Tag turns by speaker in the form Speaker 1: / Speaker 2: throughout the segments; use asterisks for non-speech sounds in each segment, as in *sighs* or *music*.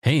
Speaker 1: Hey,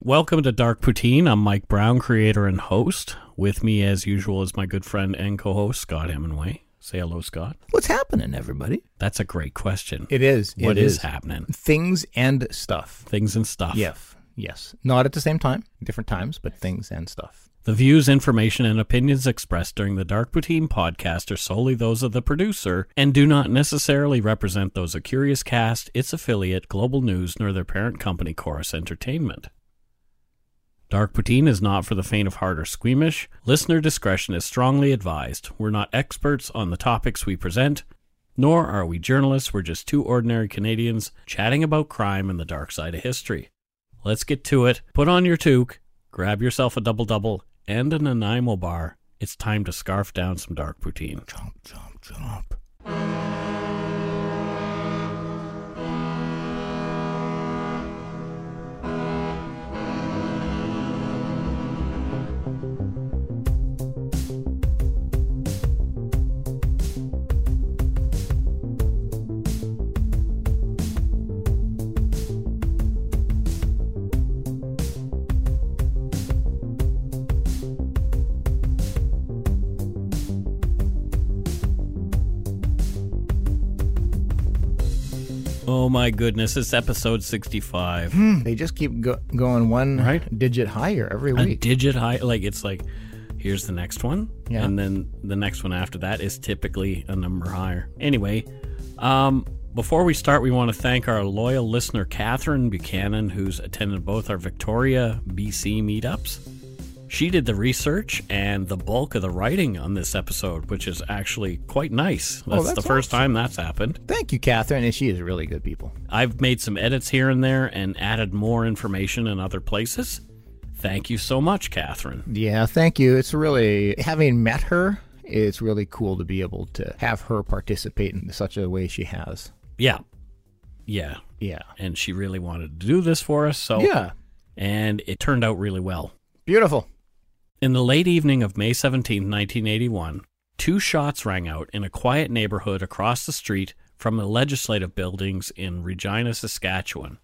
Speaker 2: Welcome to Dark Poutine. I'm Mike Brown, creator and host. With me, as usual, is my good friend and co host, Scott Hemingway. Say hello, Scott.
Speaker 3: What's happening, everybody?
Speaker 2: That's a great question.
Speaker 3: It is.
Speaker 2: What
Speaker 3: It
Speaker 2: is, happening?
Speaker 3: Things and stuff.
Speaker 2: Things and stuff.
Speaker 3: Yeah. Yes. Not at the same time, different times, but things and stuff.
Speaker 2: The views, information, and opinions expressed during the Dark Poutine podcast are solely those of the producer and do not necessarily represent those of Curious Cast, its affiliate, Global News, nor their parent company, Chorus Entertainment. Dark Poutine is not for the faint of heart or squeamish. Listener discretion is strongly advised. We're not experts on the topics we present, nor are we journalists. We're just two ordinary Canadians chatting about crime and the dark side of history. Let's get to it. Put on your toque, grab yourself a double double and a Nanaimo bar. It's time to scarf down some dark poutine.
Speaker 3: Jump, jump, jump.
Speaker 2: Oh my goodness, it's episode 65.
Speaker 3: Hmm, They just keep go- going one
Speaker 2: Right.
Speaker 3: digit higher every
Speaker 2: a
Speaker 3: week.
Speaker 2: digit high like it's like here's the next one
Speaker 3: Yeah.
Speaker 2: and then the next one after that is typically a number higher anyway um before we start, we want to thank our loyal listener, Catherine Buchanan, who's attended both our Victoria, BC meetups. She did the research and the bulk of the writing on this episode, which is actually quite nice. That's,
Speaker 3: Oh, that's
Speaker 2: the first time that's happened.
Speaker 3: Thank you, Catherine. And she is really good people.
Speaker 2: I've made some edits here and there and added more information in other places. Thank you so much, Catherine.
Speaker 3: Yeah, thank you. It's really, having met her, it's really cool to be able to have her participate in such a way she has.
Speaker 2: Yeah. Yeah.
Speaker 3: Yeah.
Speaker 2: And she really wanted to do this for us. So,
Speaker 3: Yeah.
Speaker 2: And it turned out really well.
Speaker 3: Beautiful.
Speaker 2: In the late evening of May seventeenth, 1981, two shots rang out in a quiet neighborhood across the street from the legislative buildings in Regina, Saskatchewan.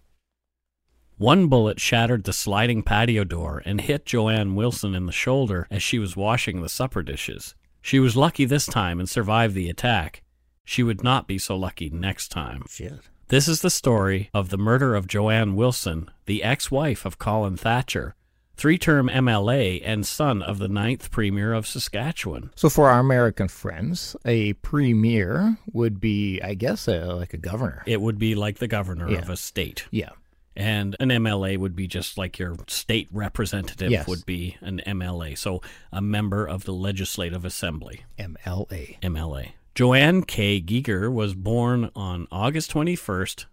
Speaker 2: One bullet shattered the sliding patio door and hit Joanne Wilson in the shoulder as she was washing the supper dishes. She was lucky this time and survived the attack. She would not be so lucky next time.
Speaker 3: Shit.
Speaker 2: This is the story of the murder of Joanne Wilson, the ex wife of Colin Thatcher, three term MLA and son of the ninth Premier of Saskatchewan.
Speaker 3: So for our American friends, a premier would be, I guess, a, like a governor.
Speaker 2: It would be like the governor
Speaker 3: Yeah.
Speaker 2: of a state.
Speaker 3: Yeah.
Speaker 2: And an MLA would be just like your state representative
Speaker 3: Yes.
Speaker 2: would be an MLA. So a member of the Legislative Assembly.
Speaker 3: MLA.
Speaker 2: MLA. Joanne K. Giger was born on August 21st,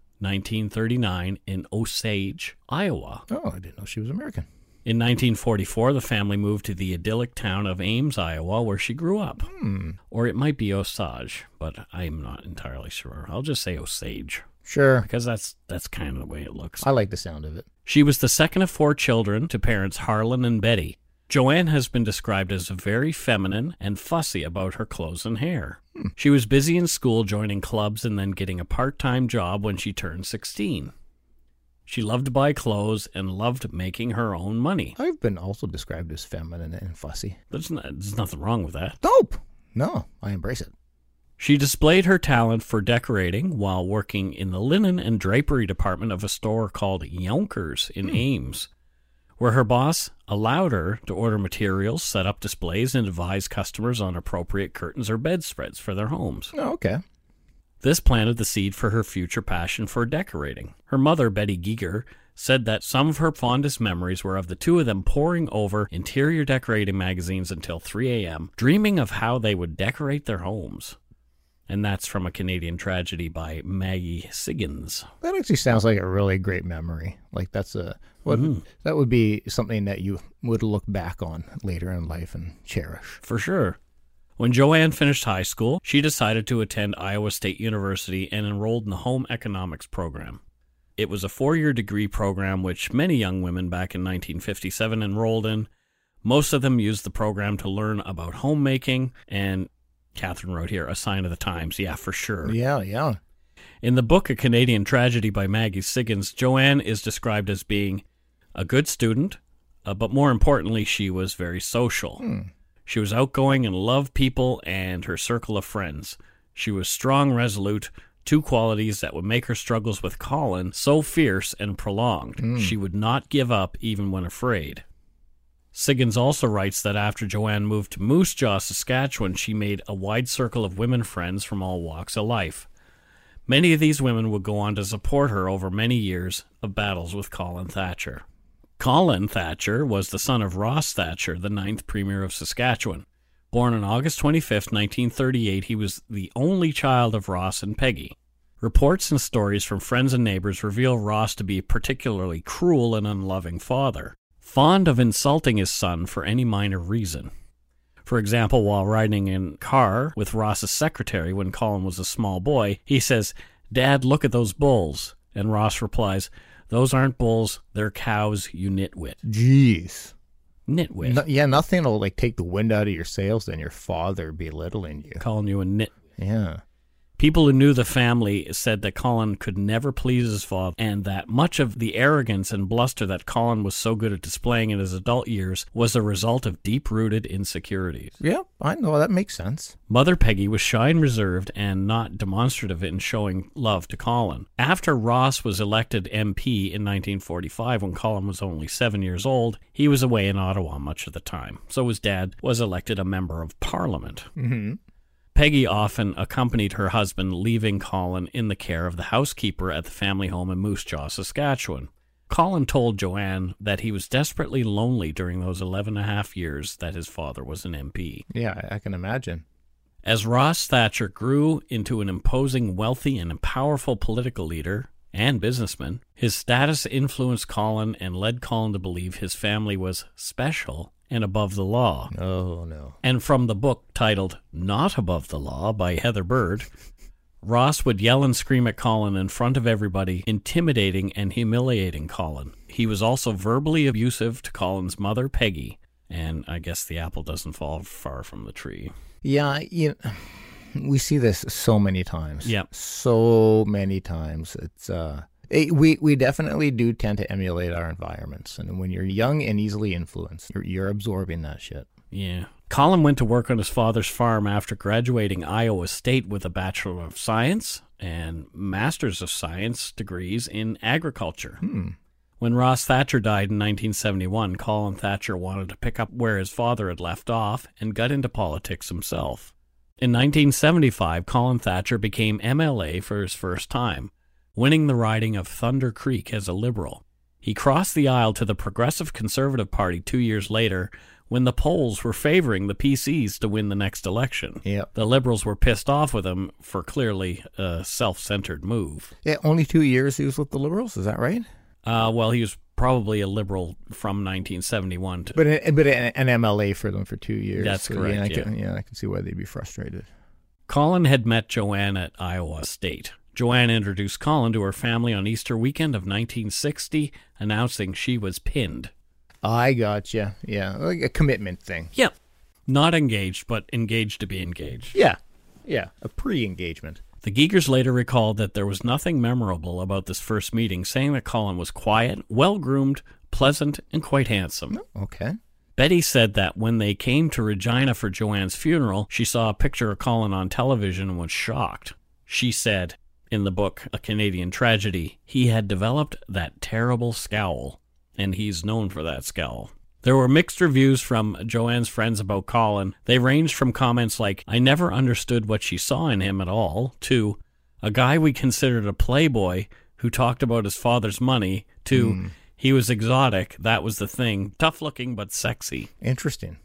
Speaker 2: 1939, in Osage, Iowa.
Speaker 3: Oh, I didn't know she was American.
Speaker 2: In 1944, the family moved to the idyllic town of Ames, Iowa, where she grew up. Or it might be Osage, but I'm not entirely sure. I'll just say Osage
Speaker 3: Sure.
Speaker 2: because that's that's kind of the way it looks.
Speaker 3: I like the sound of it.
Speaker 2: She was the second of four children to parents Harlan and Betty. Joanne has been described as very feminine and fussy about her clothes and hair. She was busy in school, joining clubs, and then getting a part time job when she turned 16. She loved to buy clothes and loved making her own money.
Speaker 3: I've been also described as feminine and fussy.
Speaker 2: There's, no, there's nothing wrong with that.
Speaker 3: Dope. No, I embrace it.
Speaker 2: She displayed her talent for decorating while working in the linen and drapery department of a store called Yonkers in Ames, where her boss allowed her to order materials, set up displays, and advise customers on appropriate curtains or bedspreads for their homes.
Speaker 3: Oh, okay.
Speaker 2: This planted the seed for her future passion for decorating. Her mother, Betty Giger, said that some of her fondest memories were of the two of them poring over interior decorating magazines until 3 a.m., dreaming of how they would decorate their homes. And that's from a Canadian tragedy by Maggie Siggins.
Speaker 3: That actually sounds like a really great memory. Like that's a what that would be something that you would look back on later in life and cherish.
Speaker 2: For sure. When Joanne finished high school, she decided to attend Iowa State University and enrolled in the home economics program. It was a four year degree program which many young women back in 1957 enrolled in. Most of them used the program to learn about homemaking, and Catherine wrote here, a sign of the times. Yeah, for sure.
Speaker 3: Yeah, yeah.
Speaker 2: In the book A Canadian Tragedy by Maggie Siggins, Joanne is described as being a good student, uh, but more importantly, she was very social.
Speaker 3: Hmm.
Speaker 2: She was outgoing and loved people and her circle of friends. She was strong, resolute, two qualities that would make her struggles with Colin so fierce and prolonged. She would not give up even when afraid. Siggins also writes that after Joanne moved to Moose Jaw, Saskatchewan, she made a wide circle of women friends from all walks of life. Many of these women would go on to support her over many years of battles with Colin Thatcher. Colin Thatcher was the son of Ross Thatcher, the ninth Premier of Saskatchewan. Born on August 25, 1938, he was the only child of Ross and Peggy. Reports and stories from friends and neighbors reveal Ross to be a particularly cruel and unloving father, fond of insulting his son for any minor reason. For example, while riding in a car with Ross's secretary when Colin was a small boy, he says, Dad, look at those bulls. And Ross replies, Those aren't bulls, they're cows, you nitwit.
Speaker 3: Jeez.
Speaker 2: Nitwit.
Speaker 3: No, yeah, nothing will like take the wind out of your sails than your father belittling you.
Speaker 2: Calling you a nit.
Speaker 3: Yeah.
Speaker 2: People who knew the family said that Colin could never please his father, and that much of the arrogance and bluster that Colin was so good at displaying in his adult years was a result of deep rooted insecurities.
Speaker 3: Yeah, I know that makes sense.
Speaker 2: Mother Peggy was shy and reserved and not demonstrative in showing love to Colin. After Ross was elected MP in 1945, when Colin was only seven years old, he was away in Ottawa much of the time. So his dad was elected a member of parliament.
Speaker 3: Mm-hmm.
Speaker 2: Peggy often accompanied her husband, leaving Colin in the care of the housekeeper at the family home in Moose Jaw, Saskatchewan. Colin told Joanne that he was desperately lonely during those 11 and a half years that his father was an MP.
Speaker 3: Yeah, I- I can imagine.
Speaker 2: As Ross Thatcher grew into an imposing, wealthy, and powerful political leader and businessman, his status influenced Colin and led Colin to believe his family was special and above the law.
Speaker 3: Oh no.
Speaker 2: And from the book titled Not Above the Law by Heather Bird, Ross would yell and scream at Colin in front of everybody, intimidating and humiliating Colin. He was also verbally abusive to Colin's mother, Peggy. And I guess the apple doesn't fall far from the tree.
Speaker 3: Yeah, you *sighs* we see this so many times.
Speaker 2: Yep.
Speaker 3: So many times. It's uh it, we we definitely do tend to emulate our environments and when you're young and easily influenced, you're, you're absorbing that shit.
Speaker 2: Yeah. Colin went to work on his father's farm after graduating Iowa State with a Bachelor of Science and Master's of Science degrees in agriculture.
Speaker 3: Hmm.
Speaker 2: When Ross Thatcher died in 1971, Colin Thatcher wanted to pick up where his father had left off and got into politics himself. In 1975, Colin Thatcher became MLA for his first time, winning the riding of Thunder Creek as a Liberal. He crossed the aisle to the Progressive Conservative Party two years later when the polls were favoring the PCs to win the next election.
Speaker 3: Yep.
Speaker 2: The Liberals were pissed off with him for clearly a self centered move.
Speaker 3: Yeah, only 2 years he was with the liberals, is that right?
Speaker 2: Uh, well, he was probably a liberal from 1971 to.
Speaker 3: But an, but an, an MLA for them for 2 years.
Speaker 2: That's correct,
Speaker 3: Yeah, I
Speaker 2: yeah.
Speaker 3: can, yeah, I can see why they'd be frustrated.
Speaker 2: Colin had met Joanne at Iowa State. Joanne introduced Colin to her family on Easter weekend of 1960, announcing she was pinned.
Speaker 3: I gotcha. Yeah, like a commitment thing.
Speaker 2: Yep. Not engaged, but engaged to be engaged.
Speaker 3: Yeah. Yeah, a pre-engagement.
Speaker 2: The Geegers later recalled that there was nothing memorable about this first meeting, saying that Colin was quiet, well groomed, pleasant, and quite handsome.
Speaker 3: Okay.
Speaker 2: Betty said that when they came to Regina for Joanne's funeral, she saw a picture of Colin on television and was shocked. She said, in the book A Canadian Tragedy, he had developed that terrible scowl, and he's known for that scowl. There were mixed reviews from Joanne's friends about Colin. They ranged from comments like, I never understood what she saw in him at all, to, a guy we considered a playboy who talked about his father's money to he was exotic. That was the thing. Tough looking, but sexy.
Speaker 3: Interesting.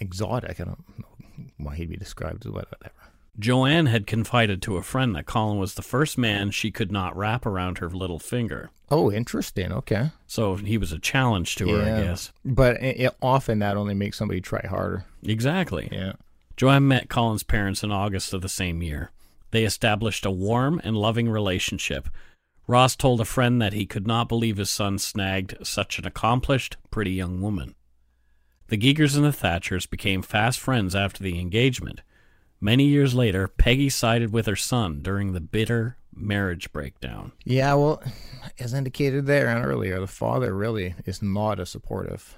Speaker 3: Exotic. I don't know why he'd be described as what- whatever.
Speaker 2: Joanne had confided to a friend that Colin was the first man she could not wrap around her little finger.
Speaker 3: Oh, interesting. Okay.
Speaker 2: So he was a challenge to her, I guess.
Speaker 3: But it, it, often that only makes somebody try harder.
Speaker 2: Exactly.
Speaker 3: Yeah.
Speaker 2: Joanne met Colin's parents in August of the same year. They established a warm and loving relationship. Ross told a friend that he could not believe his son snagged such an accomplished, pretty young woman. The Geegers and the Thatchers became fast friends after the engagement. Many years later, Peggy sided with her son during the bitter marriage breakdown.
Speaker 3: Yeah. Well, as indicated there and earlier, the father really is not a supportive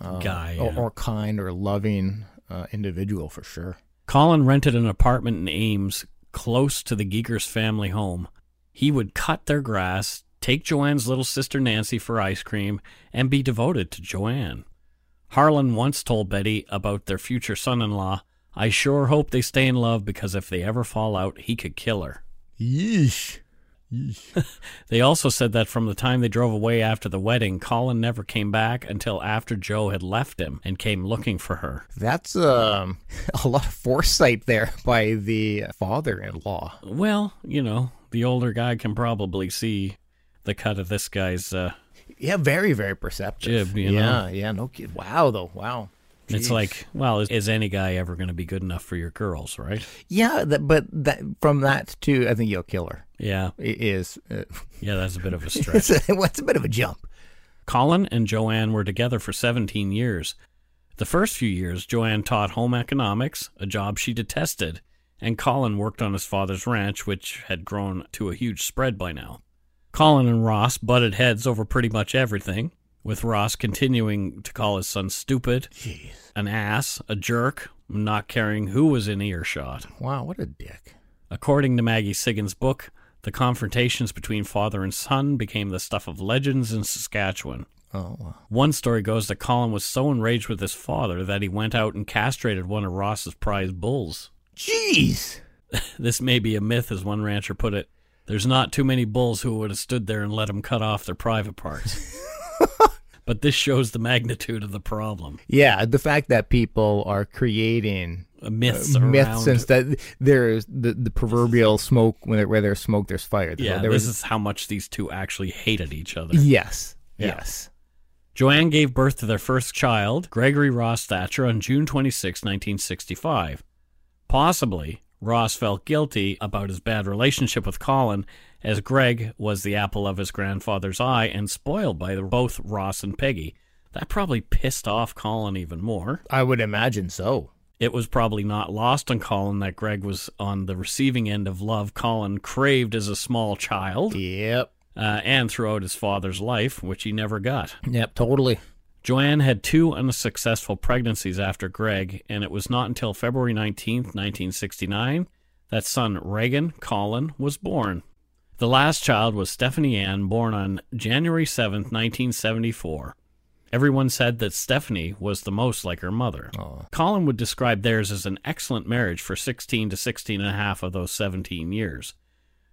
Speaker 3: uh,
Speaker 2: Guy,
Speaker 3: or,
Speaker 2: yeah.
Speaker 3: or kind or loving uh, individual for sure.
Speaker 2: Colin rented an apartment in Ames close to the Geeker's family home. He would cut their grass, take Joanne's little sister Nancy for ice cream, and be devoted to Joanne. Harlan once told Betty about their future son in law I sure hope they stay in love because if they ever fall out, he could kill her.
Speaker 3: Yeesh. Yeesh.
Speaker 2: They also said that from the time they drove away after the wedding, Colin never came back until after Joe had left him and came looking for her.
Speaker 3: That's um, *laughs* a lot of foresight there by the father-in-law.
Speaker 2: Well, you know, the older guy can probably see the cut of this guy's. Uh,
Speaker 3: Yeah, very, very perceptive.
Speaker 2: Jib, you
Speaker 3: yeah,
Speaker 2: know?
Speaker 3: yeah, no kid. Wow, though, wow.
Speaker 2: it's
Speaker 3: Jeez.
Speaker 2: like, well, is, is any guy ever going to be good enough for your girls, right?
Speaker 3: yeah, that, but that from that to I think you'll kill her
Speaker 2: Yeah,
Speaker 3: i- is uh,
Speaker 2: yeah, that's a bit of a stretch.
Speaker 3: *laughs* it's, a, well, it's a bit of a jump.
Speaker 2: Colin and Joanne were together for 17 years. The first few years, Joanne taught home economics, a job she detested, and Colin worked on his father's ranch, which had grown to a huge spread by now. Colin and Ross butted heads over pretty much everything, with Ross continuing to call his son stupid, an ass, a jerk, not caring who was in earshot.
Speaker 3: Wow, what a dick.
Speaker 2: According to Maggie Siggin's book, the confrontations between father and son became the stuff of legends in Saskatchewan.
Speaker 3: Oh, wow.
Speaker 2: One story goes that Colin was so enraged with his father that he went out and castrated one of Ross's prize bulls.
Speaker 3: jeez.
Speaker 2: This may be a myth, as one rancher put it. There's not too many bulls who would have stood there and let him cut off their private *laughs* parts. but this shows the magnitude of the problem.
Speaker 3: Yeah, the fact that people are creating
Speaker 2: Uh, Myths around.
Speaker 3: myths since that there's the, the proverbial smoke when there, where there's smoke, there's fire.
Speaker 2: yeah,
Speaker 3: there
Speaker 2: this
Speaker 3: was-
Speaker 2: is how much these two actually hated each other.
Speaker 3: yes,
Speaker 2: Yeah.
Speaker 3: yes.
Speaker 2: Joanne gave birth to their first child, Gregory Ross Thatcher, on June 26, 1965. Possibly, Ross felt guilty about his bad relationship with Colin, as Greg was the apple of his grandfather's eye and spoiled by the, both Ross and Peggy. That probably pissed off Colin even more.
Speaker 3: I would imagine so.
Speaker 2: It was probably not lost on Colin that Greg was on the receiving end of love Colin craved as a small child,
Speaker 3: Yep,
Speaker 2: uh, and throughout his father's life, which he never got.
Speaker 3: yep, totally.
Speaker 2: Joanne had two unsuccessful pregnancies after Greg, and it was not until February 19, 1969, that son Reagan Colin was born. The last child was Stephanie Ann, born on January 7, 1974. Everyone said that Stephanie was the most like her mother.
Speaker 3: Oh.
Speaker 2: Colin would describe theirs as an excellent marriage for 16 to 16 and a half of those 17 years.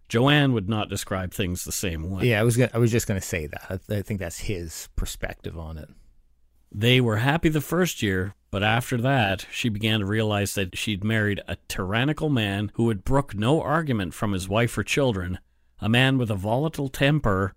Speaker 2: Joanne would not describe things the same way.
Speaker 3: Yeah, I was gonna, I was just gonna say that. I, I think that's his perspective on it.
Speaker 2: They were happy the first year, but after that, she began to realize that she'd married a tyrannical man who would brook no argument from his wife or children, a man with a volatile temper,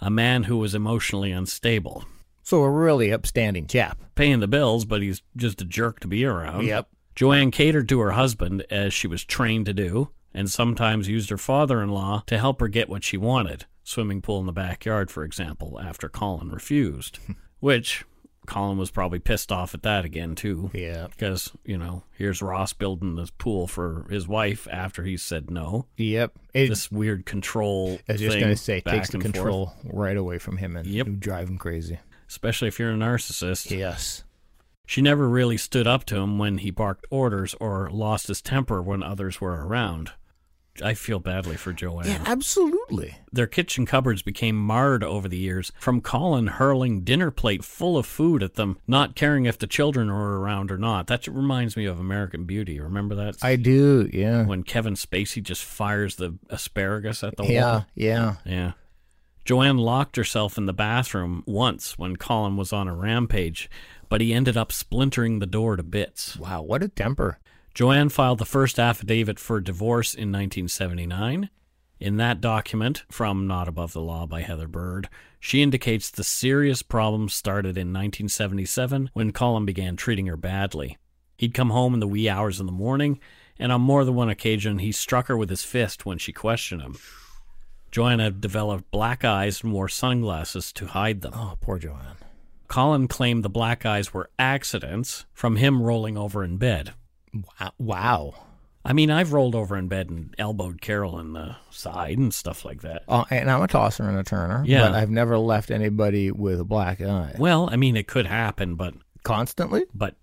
Speaker 2: a man who was emotionally unstable.
Speaker 3: So a really upstanding chap.
Speaker 2: Paying the bills, but he's just a jerk to be around.
Speaker 3: Yep.
Speaker 2: Joanne catered to her husband as she was trained to do, and sometimes used her father in law to help her get what she wanted swimming pool in the backyard, for example, after Colin
Speaker 3: *laughs*
Speaker 2: refused. Which Colin was probably pissed off at that again, too.
Speaker 3: Yeah.
Speaker 2: Because, you know, here's Ross building this pool for his wife after he said no.
Speaker 3: Yep. It,
Speaker 2: this weird control.
Speaker 3: I was just
Speaker 2: thing
Speaker 3: gonna say
Speaker 2: back
Speaker 3: takes the
Speaker 2: and forth,
Speaker 3: control right away from him and
Speaker 2: Yep.
Speaker 3: you drive him crazy.
Speaker 2: especially if you're a narcissist.
Speaker 3: Yes.
Speaker 2: She never really stood up to him when he barked orders or lost his temper when others were around. I feel badly for Joanne.
Speaker 3: Yeah, absolutely.
Speaker 2: Their kitchen cupboards became marred over the years from Colin hurling dinner plate full of food at them, not caring if the children were around or not. That reminds me of American Beauty. Remember that?
Speaker 3: I do. Yeah.
Speaker 2: when Kevin Spacey just fires the asparagus at the
Speaker 3: Yeah.
Speaker 2: wall.
Speaker 3: Yeah.
Speaker 2: Yeah. Joanne locked herself in the bathroom once when Colin was on a rampage, but he ended up splintering the door to bits.
Speaker 3: Wow. What a temper.
Speaker 2: Joanne filed the first affidavit for divorce in 1979. In that document, from Not Above the Law by Heather Bird, she indicates the serious problems started in 1977 when Colin began treating her badly. He'd come home in the wee hours in the morning, and on more than one occasion, he struck her with his fist when she questioned him. Joanna developed black eyes and wore sunglasses to hide them.
Speaker 3: Oh, poor Joanne.
Speaker 2: Colin claimed the black eyes were accidents from him rolling over in bed.
Speaker 3: Wow. Wow.
Speaker 2: I mean, I've rolled over in bed and elbowed Carol in the side and stuff like that.
Speaker 3: Uh, and I'm a tosser and a turner.
Speaker 2: Yeah.
Speaker 3: But I've never left anybody with a black eye.
Speaker 2: Well, I mean, it could happen, but
Speaker 3: Constantly?
Speaker 2: but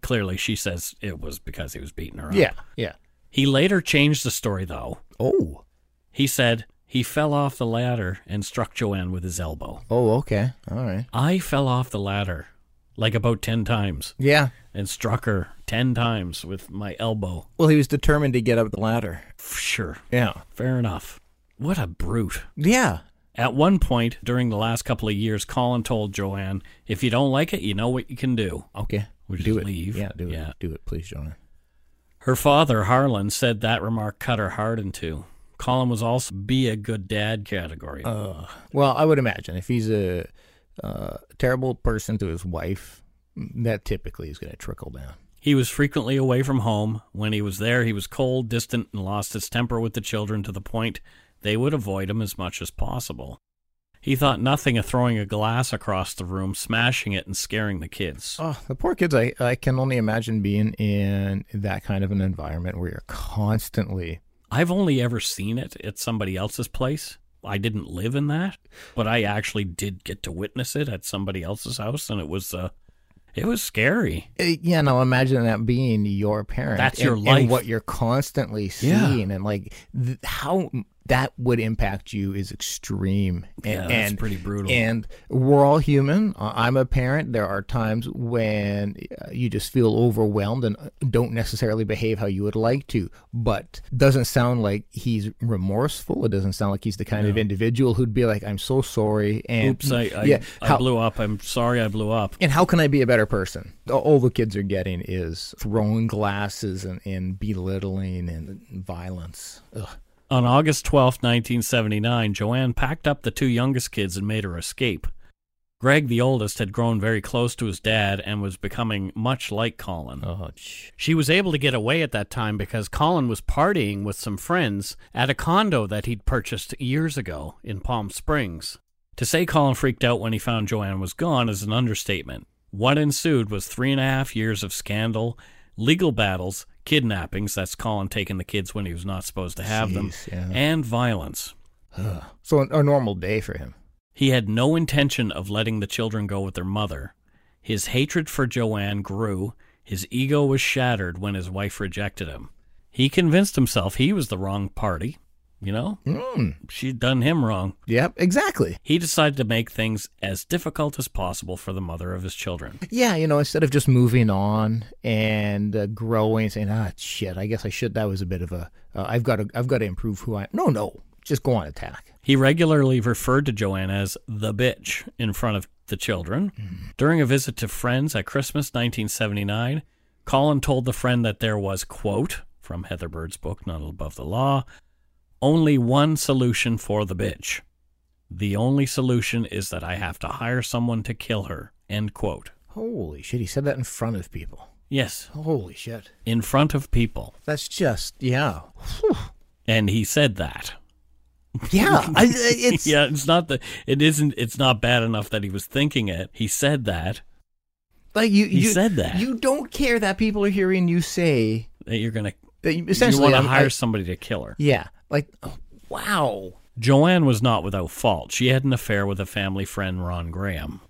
Speaker 2: clearly she says it was because he was beating her up.
Speaker 3: Yeah. Yeah.
Speaker 2: He later changed the story though.
Speaker 3: Oh.
Speaker 2: He said he fell off the ladder and struck Joanne with his elbow.
Speaker 3: Oh, okay. All right.
Speaker 2: I fell off the ladder like about 10 times
Speaker 3: Yeah.
Speaker 2: and struck her 10 times with my elbow.
Speaker 3: Well, he was determined to get up the ladder.
Speaker 2: Sure.
Speaker 3: Yeah.
Speaker 2: Fair enough. What a brute.
Speaker 3: Yeah.
Speaker 2: At one point during the last couple of years, Colin told Joanne, if you don't like it, you know what you can do.
Speaker 3: Okay.
Speaker 2: Which
Speaker 3: do
Speaker 2: is
Speaker 3: it.
Speaker 2: leave.
Speaker 3: Yeah, do it.
Speaker 2: Yeah.
Speaker 3: Do it, please, Joanne.
Speaker 2: Her father, Harlan, said that remark cut her heart in two. Colin was also be a good dad category.
Speaker 3: Well, I would imagine if he's a uh, terrible person to his wife, that typically is going to trickle down.
Speaker 2: he was frequently away from home. When he was there, he was cold, distant, and lost his temper with the children to the point they would avoid him as much as possible. He thought nothing of throwing a glass across the room, smashing it, and scaring the kids.
Speaker 3: Oh, the poor kids. I, I can only imagine being in that kind of an environment where you're constantly.
Speaker 2: I've only ever seen it at somebody else's place. I didn't live in that, but I actually did get to witness it at somebody else's house, and it was uh, it was scary.
Speaker 3: Eh, Yeah, now imagine that being your parent.
Speaker 2: That's
Speaker 3: and-
Speaker 2: your life.
Speaker 3: And what you're constantly
Speaker 2: Yeah.
Speaker 3: seeing and like th- how that would impact you is extreme. And,
Speaker 2: Yeah, that's
Speaker 3: and-
Speaker 2: pretty brutal.
Speaker 3: And we're all human. Uh, I'm a parent. There are times when uh, you just feel overwhelmed and uh, don't necessarily behave how you would like to. But doesn't sound like he's remorseful. It doesn't sound like he's the kind of individual who'd be like, "I'm so sorry." And
Speaker 2: Oops, I I,
Speaker 3: yeah,
Speaker 2: I
Speaker 3: how-
Speaker 2: blew up. I'm sorry, I blew up.
Speaker 3: and how can I be a better person? All the kids are getting is throwing glasses and, and belittling and violence. Ugh.
Speaker 2: On August twelfth, 1979, Joanne packed up the two youngest kids and made her escape. Greg, the oldest, had grown very close to his dad and was becoming much like Colin.
Speaker 3: Oh, sh-
Speaker 2: She was able to get away at that time because Colin was partying with some friends at a condo that he'd purchased years ago in Palm Springs. To say Colin freaked out when he found Joanne was gone is an understatement. What ensued was three and a half years of scandal, legal battles, kidnappings that's Colin taking the kids when he was not supposed to have them,
Speaker 3: Jeez, yeah.
Speaker 2: and violence.
Speaker 3: ugh. *sighs* So a, a normal day for him.
Speaker 2: He had no intention of letting the children go with their mother. His hatred for Joanne grew. His ego was shattered when his wife rejected him. He convinced himself he was the wrong party. You know,
Speaker 3: Mm.
Speaker 2: she'd done him wrong.
Speaker 3: Yep, exactly.
Speaker 2: He decided to make things as difficult as possible for the mother of his children.
Speaker 3: Yeah, you know, instead of just moving on and uh, growing, and saying, "Ah, shit, I guess I should." That was a bit of a. Uh, I've got to. I've got to improve who I. No, no, just go on attack.
Speaker 2: He regularly referred to Joanne as the bitch in front of the children. During a visit to friends at Christmas 1979, Colin told the friend that there was, quote, from Heather Bird's book, Not Above the Law, only one solution for the bitch. The only solution is that I have to hire someone to kill her, end quote.
Speaker 3: Holy shit, he said that in front of people.
Speaker 2: Yes,
Speaker 3: Holy shit,
Speaker 2: in front of people.
Speaker 3: that's just yeah, Whew.
Speaker 2: And he said that.
Speaker 3: yeah. I, I-
Speaker 2: *laughs*
Speaker 3: it's
Speaker 2: yeah, it's not the it isn't it's not bad enough that he was thinking it. He said that.
Speaker 3: Like you,
Speaker 2: He
Speaker 3: you
Speaker 2: said that.
Speaker 3: you don't care that people are hearing you say
Speaker 2: that you're going to
Speaker 3: that. You,
Speaker 2: you
Speaker 3: essentially,
Speaker 2: want to
Speaker 3: I'm- I-
Speaker 2: hire somebody to kill her.
Speaker 3: yeah, like oh, wow.
Speaker 2: Joanne was not without fault. She had an affair with a family friend, Ron Graham.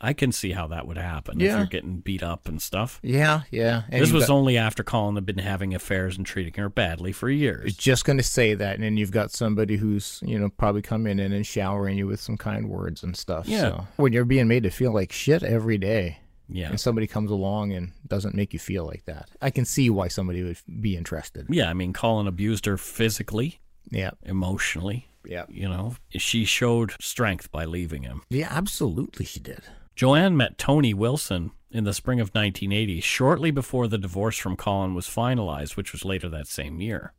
Speaker 2: I can see how that would happen if
Speaker 3: Yeah.
Speaker 2: you're getting beat up and stuff.
Speaker 3: Yeah, yeah. And
Speaker 2: this
Speaker 3: you've
Speaker 2: was
Speaker 3: got-
Speaker 2: only after Colin had been having affairs and treating her badly for years.
Speaker 3: just going to say that, and then you've got somebody who's you know probably coming in and showering you with some kind words and stuff.
Speaker 2: Yeah.
Speaker 3: So when you're being made to feel like shit every day,
Speaker 2: yeah.
Speaker 3: and somebody comes along and doesn't make you feel like that, I can see why somebody would be interested.
Speaker 2: Yeah, I mean, Colin abused her physically,
Speaker 3: Yeah,
Speaker 2: emotionally.
Speaker 3: yeah,
Speaker 2: You know, she showed strength by leaving him.
Speaker 3: yeah. Absolutely, she did.
Speaker 2: Joanne met Tony Wilson in the spring of 1980, shortly before the divorce from Colin was finalized, which was later that same year.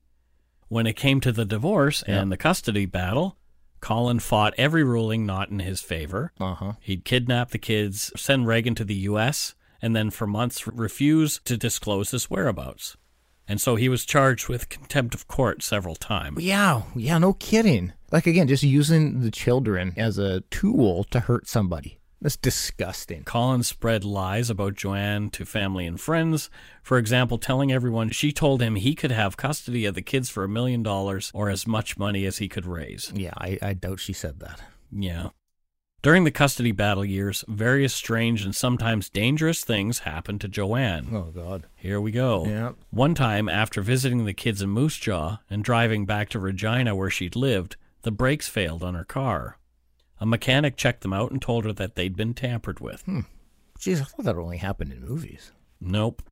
Speaker 2: When it came to the divorce and the custody battle, Colin fought every ruling not in his favor.
Speaker 3: Uh huh.
Speaker 2: He'd kidnap the kids, send Reagan to the U.S., and then for months refuse to disclose his whereabouts. And so he was charged with contempt of court several times.
Speaker 3: Yeah, yeah. No kidding. Like again, just using the children as a tool to hurt somebody. That's disgusting.
Speaker 2: Colin spread lies about Joanne to family and friends. For example, telling everyone she told him he could have custody of the kids for a million dollars or as much money as he could raise.
Speaker 3: Yeah, I, I doubt she said that.
Speaker 2: Yeah. During the custody battle years, various strange and sometimes dangerous things happened to Joanne.
Speaker 3: Oh God.
Speaker 2: Here we go.
Speaker 3: Yeah.
Speaker 2: One time, after visiting the kids in Moose Jaw and driving back to Regina where she'd lived, the brakes failed on her car. A mechanic checked them out and told her that they'd been tampered with.
Speaker 3: Jeez, I thought that only happened in movies.
Speaker 2: Nope.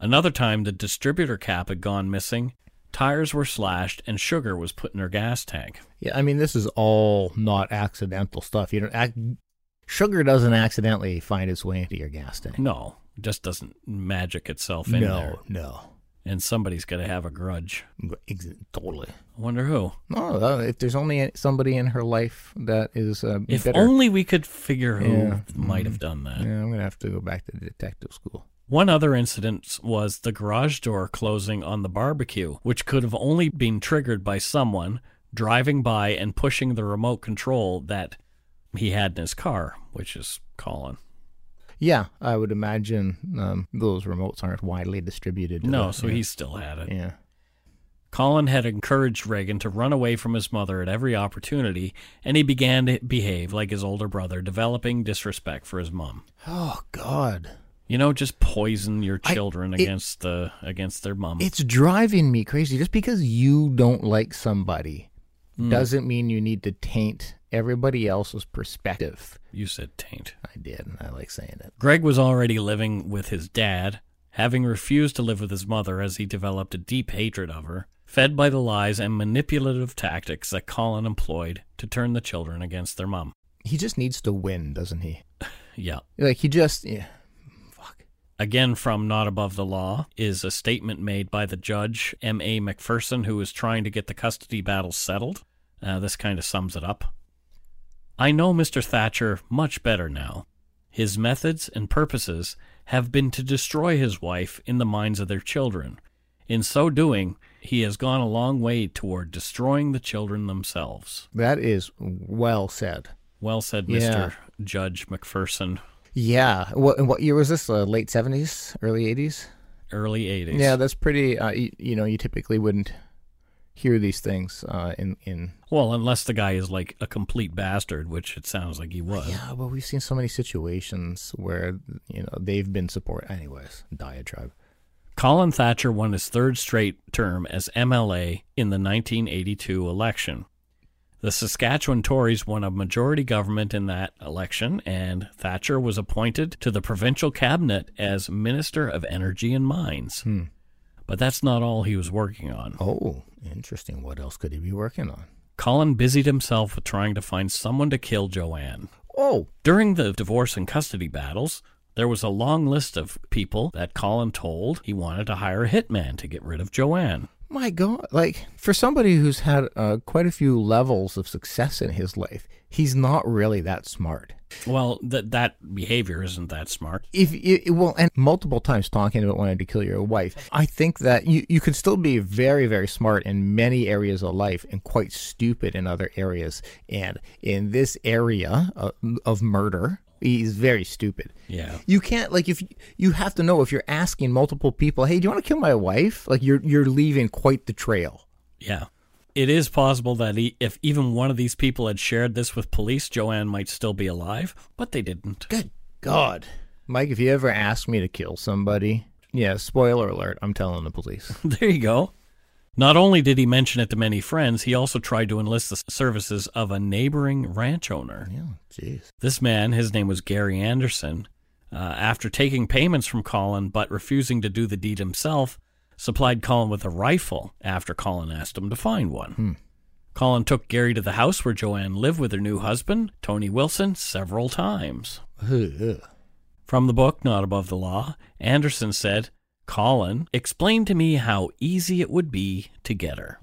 Speaker 2: Another time, the distributor cap had gone missing, tires were slashed, and sugar was put in her gas tank.
Speaker 3: Yeah, I mean, this is all not accidental stuff. You don't act, sugar doesn't accidentally find its way into your gas tank.
Speaker 2: No, it just doesn't magic itself in there.
Speaker 3: No, no,
Speaker 2: And somebody's got to have a grudge.
Speaker 3: Ex- totally.
Speaker 2: I wonder who.
Speaker 3: No, uh, if there's only somebody in her life that is uh,
Speaker 2: If
Speaker 3: better.
Speaker 2: only we could figure who
Speaker 3: Yeah.
Speaker 2: might have done that.
Speaker 3: yeah, I'm gonna have to go back to detective school.
Speaker 2: One other incident was the garage door closing on the barbecue, which could have only been triggered by someone driving by and pushing the remote control that he had in his car, which is Colin.
Speaker 3: Yeah, I would imagine um, those remotes aren't widely distributed.
Speaker 2: No,
Speaker 3: Uh,
Speaker 2: so
Speaker 3: yeah.
Speaker 2: he still had it.
Speaker 3: yeah.
Speaker 2: Colin had encouraged Reagan to run away from his mother at every opportunity, and he began to behave like his older brother, developing disrespect for his mom.
Speaker 3: Oh God.
Speaker 2: You know, just poison your
Speaker 3: I-
Speaker 2: children
Speaker 3: it-
Speaker 2: against the against their mom.
Speaker 3: It's driving me crazy. Just because you don't like somebody
Speaker 2: Hmm. Mm,
Speaker 3: doesn't mean you need to taint everybody else's perspective.
Speaker 2: You said taint.
Speaker 3: I did, and I like saying it.
Speaker 2: Greg was already living with his dad, having refused to live with his mother as he developed a deep hatred of her, fed by the lies and manipulative tactics that Colin employed to turn the children against their mom.
Speaker 3: He just needs to win, doesn't he?
Speaker 2: Yeah.
Speaker 3: Like he just yeah. Fuck.
Speaker 2: again from Not Above the Law, is a statement made by the judge, M.A. McPherson, who is trying to get the custody battle settled. Uh, this kind of sums it up. I know Mr. Thatcher much better now. His methods and purposes have been to destroy his wife in the minds of their children. In so doing, he has gone a long way toward destroying the children themselves.
Speaker 3: That is well said.
Speaker 2: Well said,
Speaker 3: Yeah.
Speaker 2: Mr. Judge McPherson,
Speaker 3: Yeah. What and what year was this? Uh, late seventies, early eighties.
Speaker 2: early 80s.
Speaker 3: Yeah, that's pretty. Uh, you, you know, you typically wouldn't hear these things uh, in in.
Speaker 2: Well, unless the guy is like a complete bastard, which it sounds like he was.
Speaker 3: Yeah, but we've seen so many situations where you know they've been support. Anyways, diatribe.
Speaker 2: Colin Thatcher won his third straight term as MLA in the 1982 election. The Saskatchewan Tories won a majority government in that election, and Thatcher was appointed to the provincial cabinet as Minister of Energy and Mines.
Speaker 3: Hmm.
Speaker 2: But that's not all he was working on.
Speaker 3: Oh, interesting. What else could he be working on?
Speaker 2: Colin busied himself with trying to find someone to kill Joanne.
Speaker 3: Oh,
Speaker 2: During the divorce and custody battles, there was a long list of people that Colin told he wanted to hire a hitman to get rid of Joanne.
Speaker 3: My God, like for somebody who's had uh, quite a few levels of success in his life, he's not really that smart.
Speaker 2: Well, that that behavior isn't that smart.
Speaker 3: If you well, and multiple times talking about wanting to kill your wife, I think that you you can still be very very smart in many areas of life and quite stupid in other areas. And in this area of, of murder, he's very stupid.
Speaker 2: Yeah.
Speaker 3: You can't like if you have to know if you're asking multiple people, hey, do you want to kill my wife? Like you're you're leaving quite the trail.
Speaker 2: Yeah. It is possible that he, if even one of these people had shared this with police, Joanne might still be alive, but they didn't. *laughs*
Speaker 3: Good God. Mike, if you ever ask me to kill somebody, yeah, spoiler alert, I'm telling the police.
Speaker 2: There you go. Not only did he mention it to many friends, he also tried to enlist the services of a neighboring ranch owner.
Speaker 3: yeah, jeez.
Speaker 2: This man, his name was Gary Anderson, uh, after taking payments from Colin but refusing to do the deed himself, supplied Colin with a rifle after Colin asked him to find one. Colin took Gary to the house where Joanne lived with her new husband, Tony Wilson, several times.
Speaker 3: Ugh.
Speaker 2: From the book Not Above the Law, Anderson said, Colin explained to me how easy it would be to get her.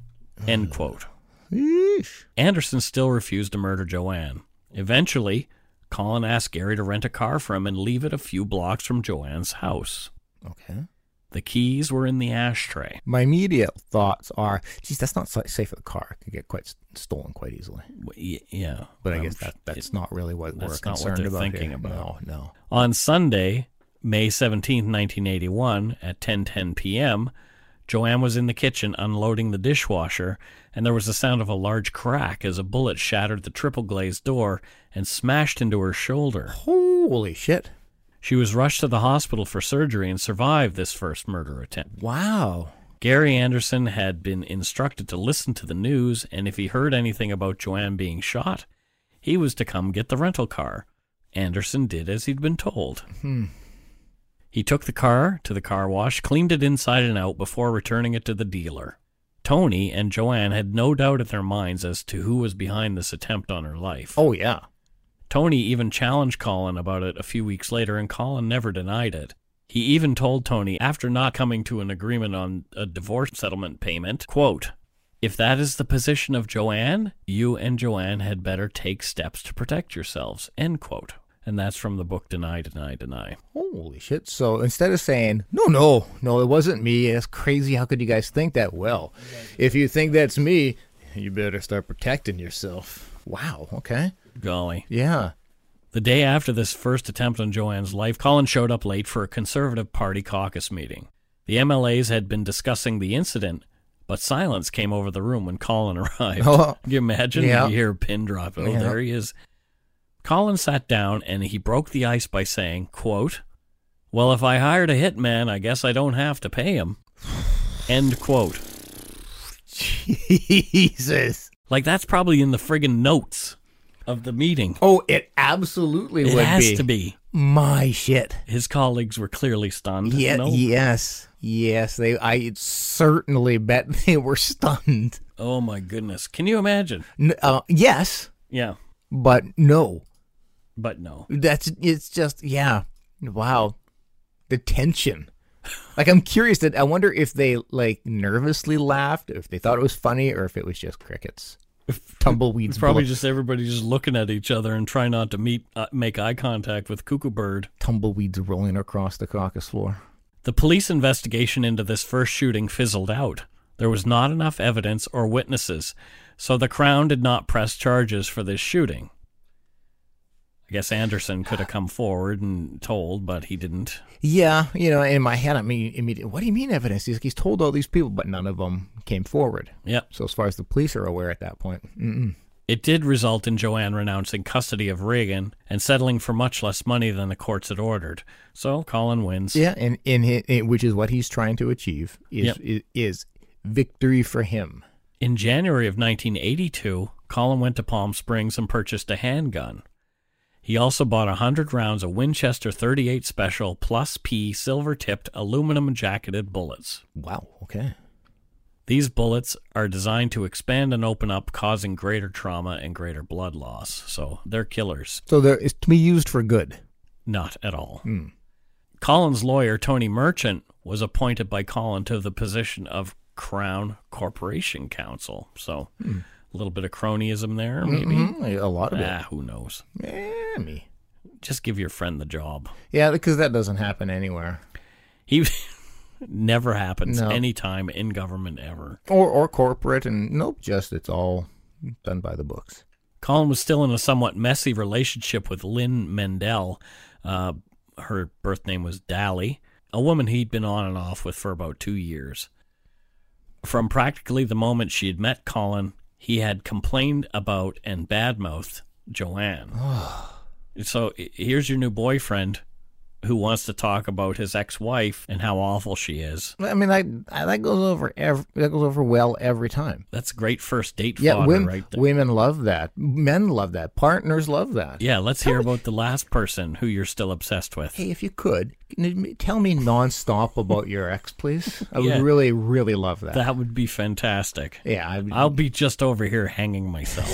Speaker 2: End quote.
Speaker 3: Yeesh.
Speaker 2: Anderson still refused to murder Joanne. Eventually, Colin asked Gary to rent a car for him and leave it a few blocks from Joanne's house.
Speaker 3: Okay.
Speaker 2: The keys were in the ashtray.
Speaker 3: My immediate thoughts are, geez, that's not sa- safe for the car. It could get quite s- stolen quite easily.
Speaker 2: W- y- Yeah.
Speaker 3: But I
Speaker 2: um,
Speaker 3: guess that, that's
Speaker 2: it-
Speaker 3: not really what
Speaker 2: that's
Speaker 3: we're
Speaker 2: not what
Speaker 3: concerned
Speaker 2: they're
Speaker 3: about.
Speaker 2: thinking
Speaker 3: here.
Speaker 2: about.
Speaker 3: No, no.
Speaker 2: On Sunday, May seventeenth, 1981, at 10:10 p.m., Joanne was in the kitchen unloading the dishwasher, and there was the sound of a large crack as a bullet shattered the triple glazed door and smashed into her shoulder.
Speaker 3: Holy shit.
Speaker 2: She was rushed to the hospital for surgery and survived this first murder attempt.
Speaker 3: Wow.
Speaker 2: Gary Anderson had been instructed to listen to the news, and if he heard anything about Joanne being shot, he was to come get the rental car. Anderson did as he'd been told.
Speaker 3: Hmm.
Speaker 2: He took the car to the car wash, cleaned it inside and out before returning it to the dealer. Tony and Joanne had no doubt in their minds as to who was behind this attempt on her life.
Speaker 3: Oh, yeah.
Speaker 2: Tony even challenged Colin about it a few weeks later, and Colin never denied it. He even told Tony, after not coming to an agreement on a divorce settlement payment, quote, If that is the position of Joanne, you and Joanne had better take steps to protect yourselves, end quote. And that's from the book Deny, Deny, Deny.
Speaker 3: Holy shit. So instead of saying, no, no, no, it wasn't me. That's crazy. How could you guys think that? Well, if you think that's me, you better start protecting yourself. Wow. Okay.
Speaker 2: Golly.
Speaker 3: Yeah.
Speaker 2: The day after this first attempt on Joanne's life, Colin showed up late for a Conservative Party caucus meeting. The MLAs had been discussing the incident, but silence came over the room when Colin *laughs* arrived.
Speaker 3: *laughs* Oh.
Speaker 2: Can you imagine?
Speaker 3: Yeah.
Speaker 2: You hear a pin drop. Oh,
Speaker 3: Yeah.
Speaker 2: there he is. Colin sat down and he broke the ice by saying, quote, Well, if I hired a hitman, I guess I don't have to pay him. End quote.
Speaker 3: Jesus.
Speaker 2: Like, that's probably in the friggin' notes of the meeting.
Speaker 3: Oh, it absolutely
Speaker 2: It
Speaker 3: would
Speaker 2: has
Speaker 3: be.
Speaker 2: to be.
Speaker 3: My shit.
Speaker 2: His colleagues were clearly stunned.
Speaker 3: Yeah,
Speaker 2: No
Speaker 3: Yes. Yes. They. I certainly bet *laughs* they were stunned.
Speaker 2: Oh my goodness. Can you imagine?
Speaker 3: N- uh, yes,
Speaker 2: Yeah,
Speaker 3: but no.
Speaker 2: but no.
Speaker 3: That's it's just yeah. Wow. The tension. Like I'm curious that I wonder if they like nervously laughed, if they thought it was funny, or if it was just crickets. Tumbleweeds
Speaker 2: It's *laughs* probably
Speaker 3: blow-
Speaker 2: just everybody just looking at each other and trying not to meet uh, make eye contact with Cuckoo Bird.
Speaker 3: tumbleweeds rolling across the caucus floor.
Speaker 2: The police investigation into this first shooting fizzled out. There was not enough evidence or witnesses, so the Crown did not press charges for this shooting. I guess Anderson could have come forward and told, but he didn't.
Speaker 3: Yeah, you know, in my head, I mean, immediately, what do you mean evidence? He's, he's told all these people, but none of them came forward.
Speaker 2: Yep.
Speaker 3: So as far as the police are aware at that point, mm-mm.
Speaker 2: It did result in Joanne renouncing custody of Reagan and settling for much less money than the courts had ordered. So Colin wins.
Speaker 3: yeah, and in, hi- in which is what he's trying to achieve is
Speaker 2: Yep.
Speaker 3: is, is victory for him.
Speaker 2: In January of 1982, Colin went to Palm Springs and purchased a handgun. He also bought 100 rounds of Winchester 38 Special Plus P silver-tipped aluminum jacketed bullets.
Speaker 3: Wow. Okay.
Speaker 2: These bullets are designed to expand and open up, causing greater trauma and greater blood loss. So they're killers.
Speaker 3: So there is to be used for good.
Speaker 2: Not at all.
Speaker 3: Hmm.
Speaker 2: Colin's lawyer, Tony Merchant, was appointed by Colin to the position of Crown Corporation Counsel. So a little bit of cronyism there, maybe.
Speaker 3: Mhm, a lot of it.
Speaker 2: Ah, who knows?
Speaker 3: Yeah, me.
Speaker 2: Just give your friend the job.
Speaker 3: Yeah, because that doesn't happen anywhere,
Speaker 2: He *laughs* never happens
Speaker 3: No.
Speaker 2: anytime in government ever.
Speaker 3: or or corporate, and nope, just it's all done by the books.
Speaker 2: Colin was still in a somewhat messy relationship with Lynn Mendel. Uh, her birth name was Dally, a woman he'd been on and off with for about two years. From practically the moment she had met Colin, he had complained about and badmouthed Joanne. So i- here's your new boyfriend who wants to talk about his ex-wife and how awful she is.
Speaker 3: I mean, I, I that goes over every, that goes over well every time.
Speaker 2: That's a great first date
Speaker 3: Yeah,
Speaker 2: fodder
Speaker 3: women,
Speaker 2: right there.
Speaker 3: women love that. Men love that. Partners love that.
Speaker 2: yeah, let's hear about the last person who you're still obsessed with.
Speaker 3: Hey, if you could, can you tell me nonstop about your ex, please. I
Speaker 2: Yeah.
Speaker 3: would really, really love that.
Speaker 2: That would be fantastic.
Speaker 3: yeah, I,
Speaker 2: I'll be just over here hanging
Speaker 3: *laughs*
Speaker 2: myself.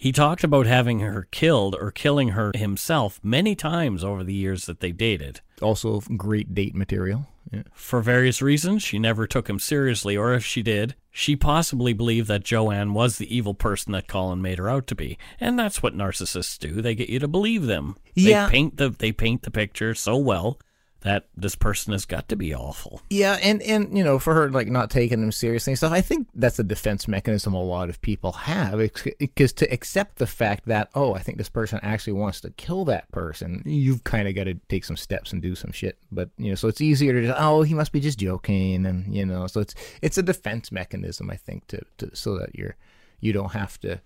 Speaker 2: he talked about having her killed or killing her himself many times over the years that they dated.
Speaker 3: also great date material. Yeah.
Speaker 2: For various reasons, she never took him seriously, or if she did, she possibly believed that Joanne was the evil person that Colin made her out to be. And that's what narcissists do. They get you to believe them.
Speaker 3: Yeah.
Speaker 2: They paint the they paint the picture so well that this person has got to be awful.
Speaker 3: Yeah, and and you know, for her like not taking them seriously and stuff, I think that's a defense mechanism a lot of people have because to accept the fact that oh, I think this person actually wants to kill that person, you've kind of got to take some steps and do some shit. But you know, so it's easier to just oh, he must be just joking, and you know, so it's it's a defense mechanism I think to, to so that you're you don't have to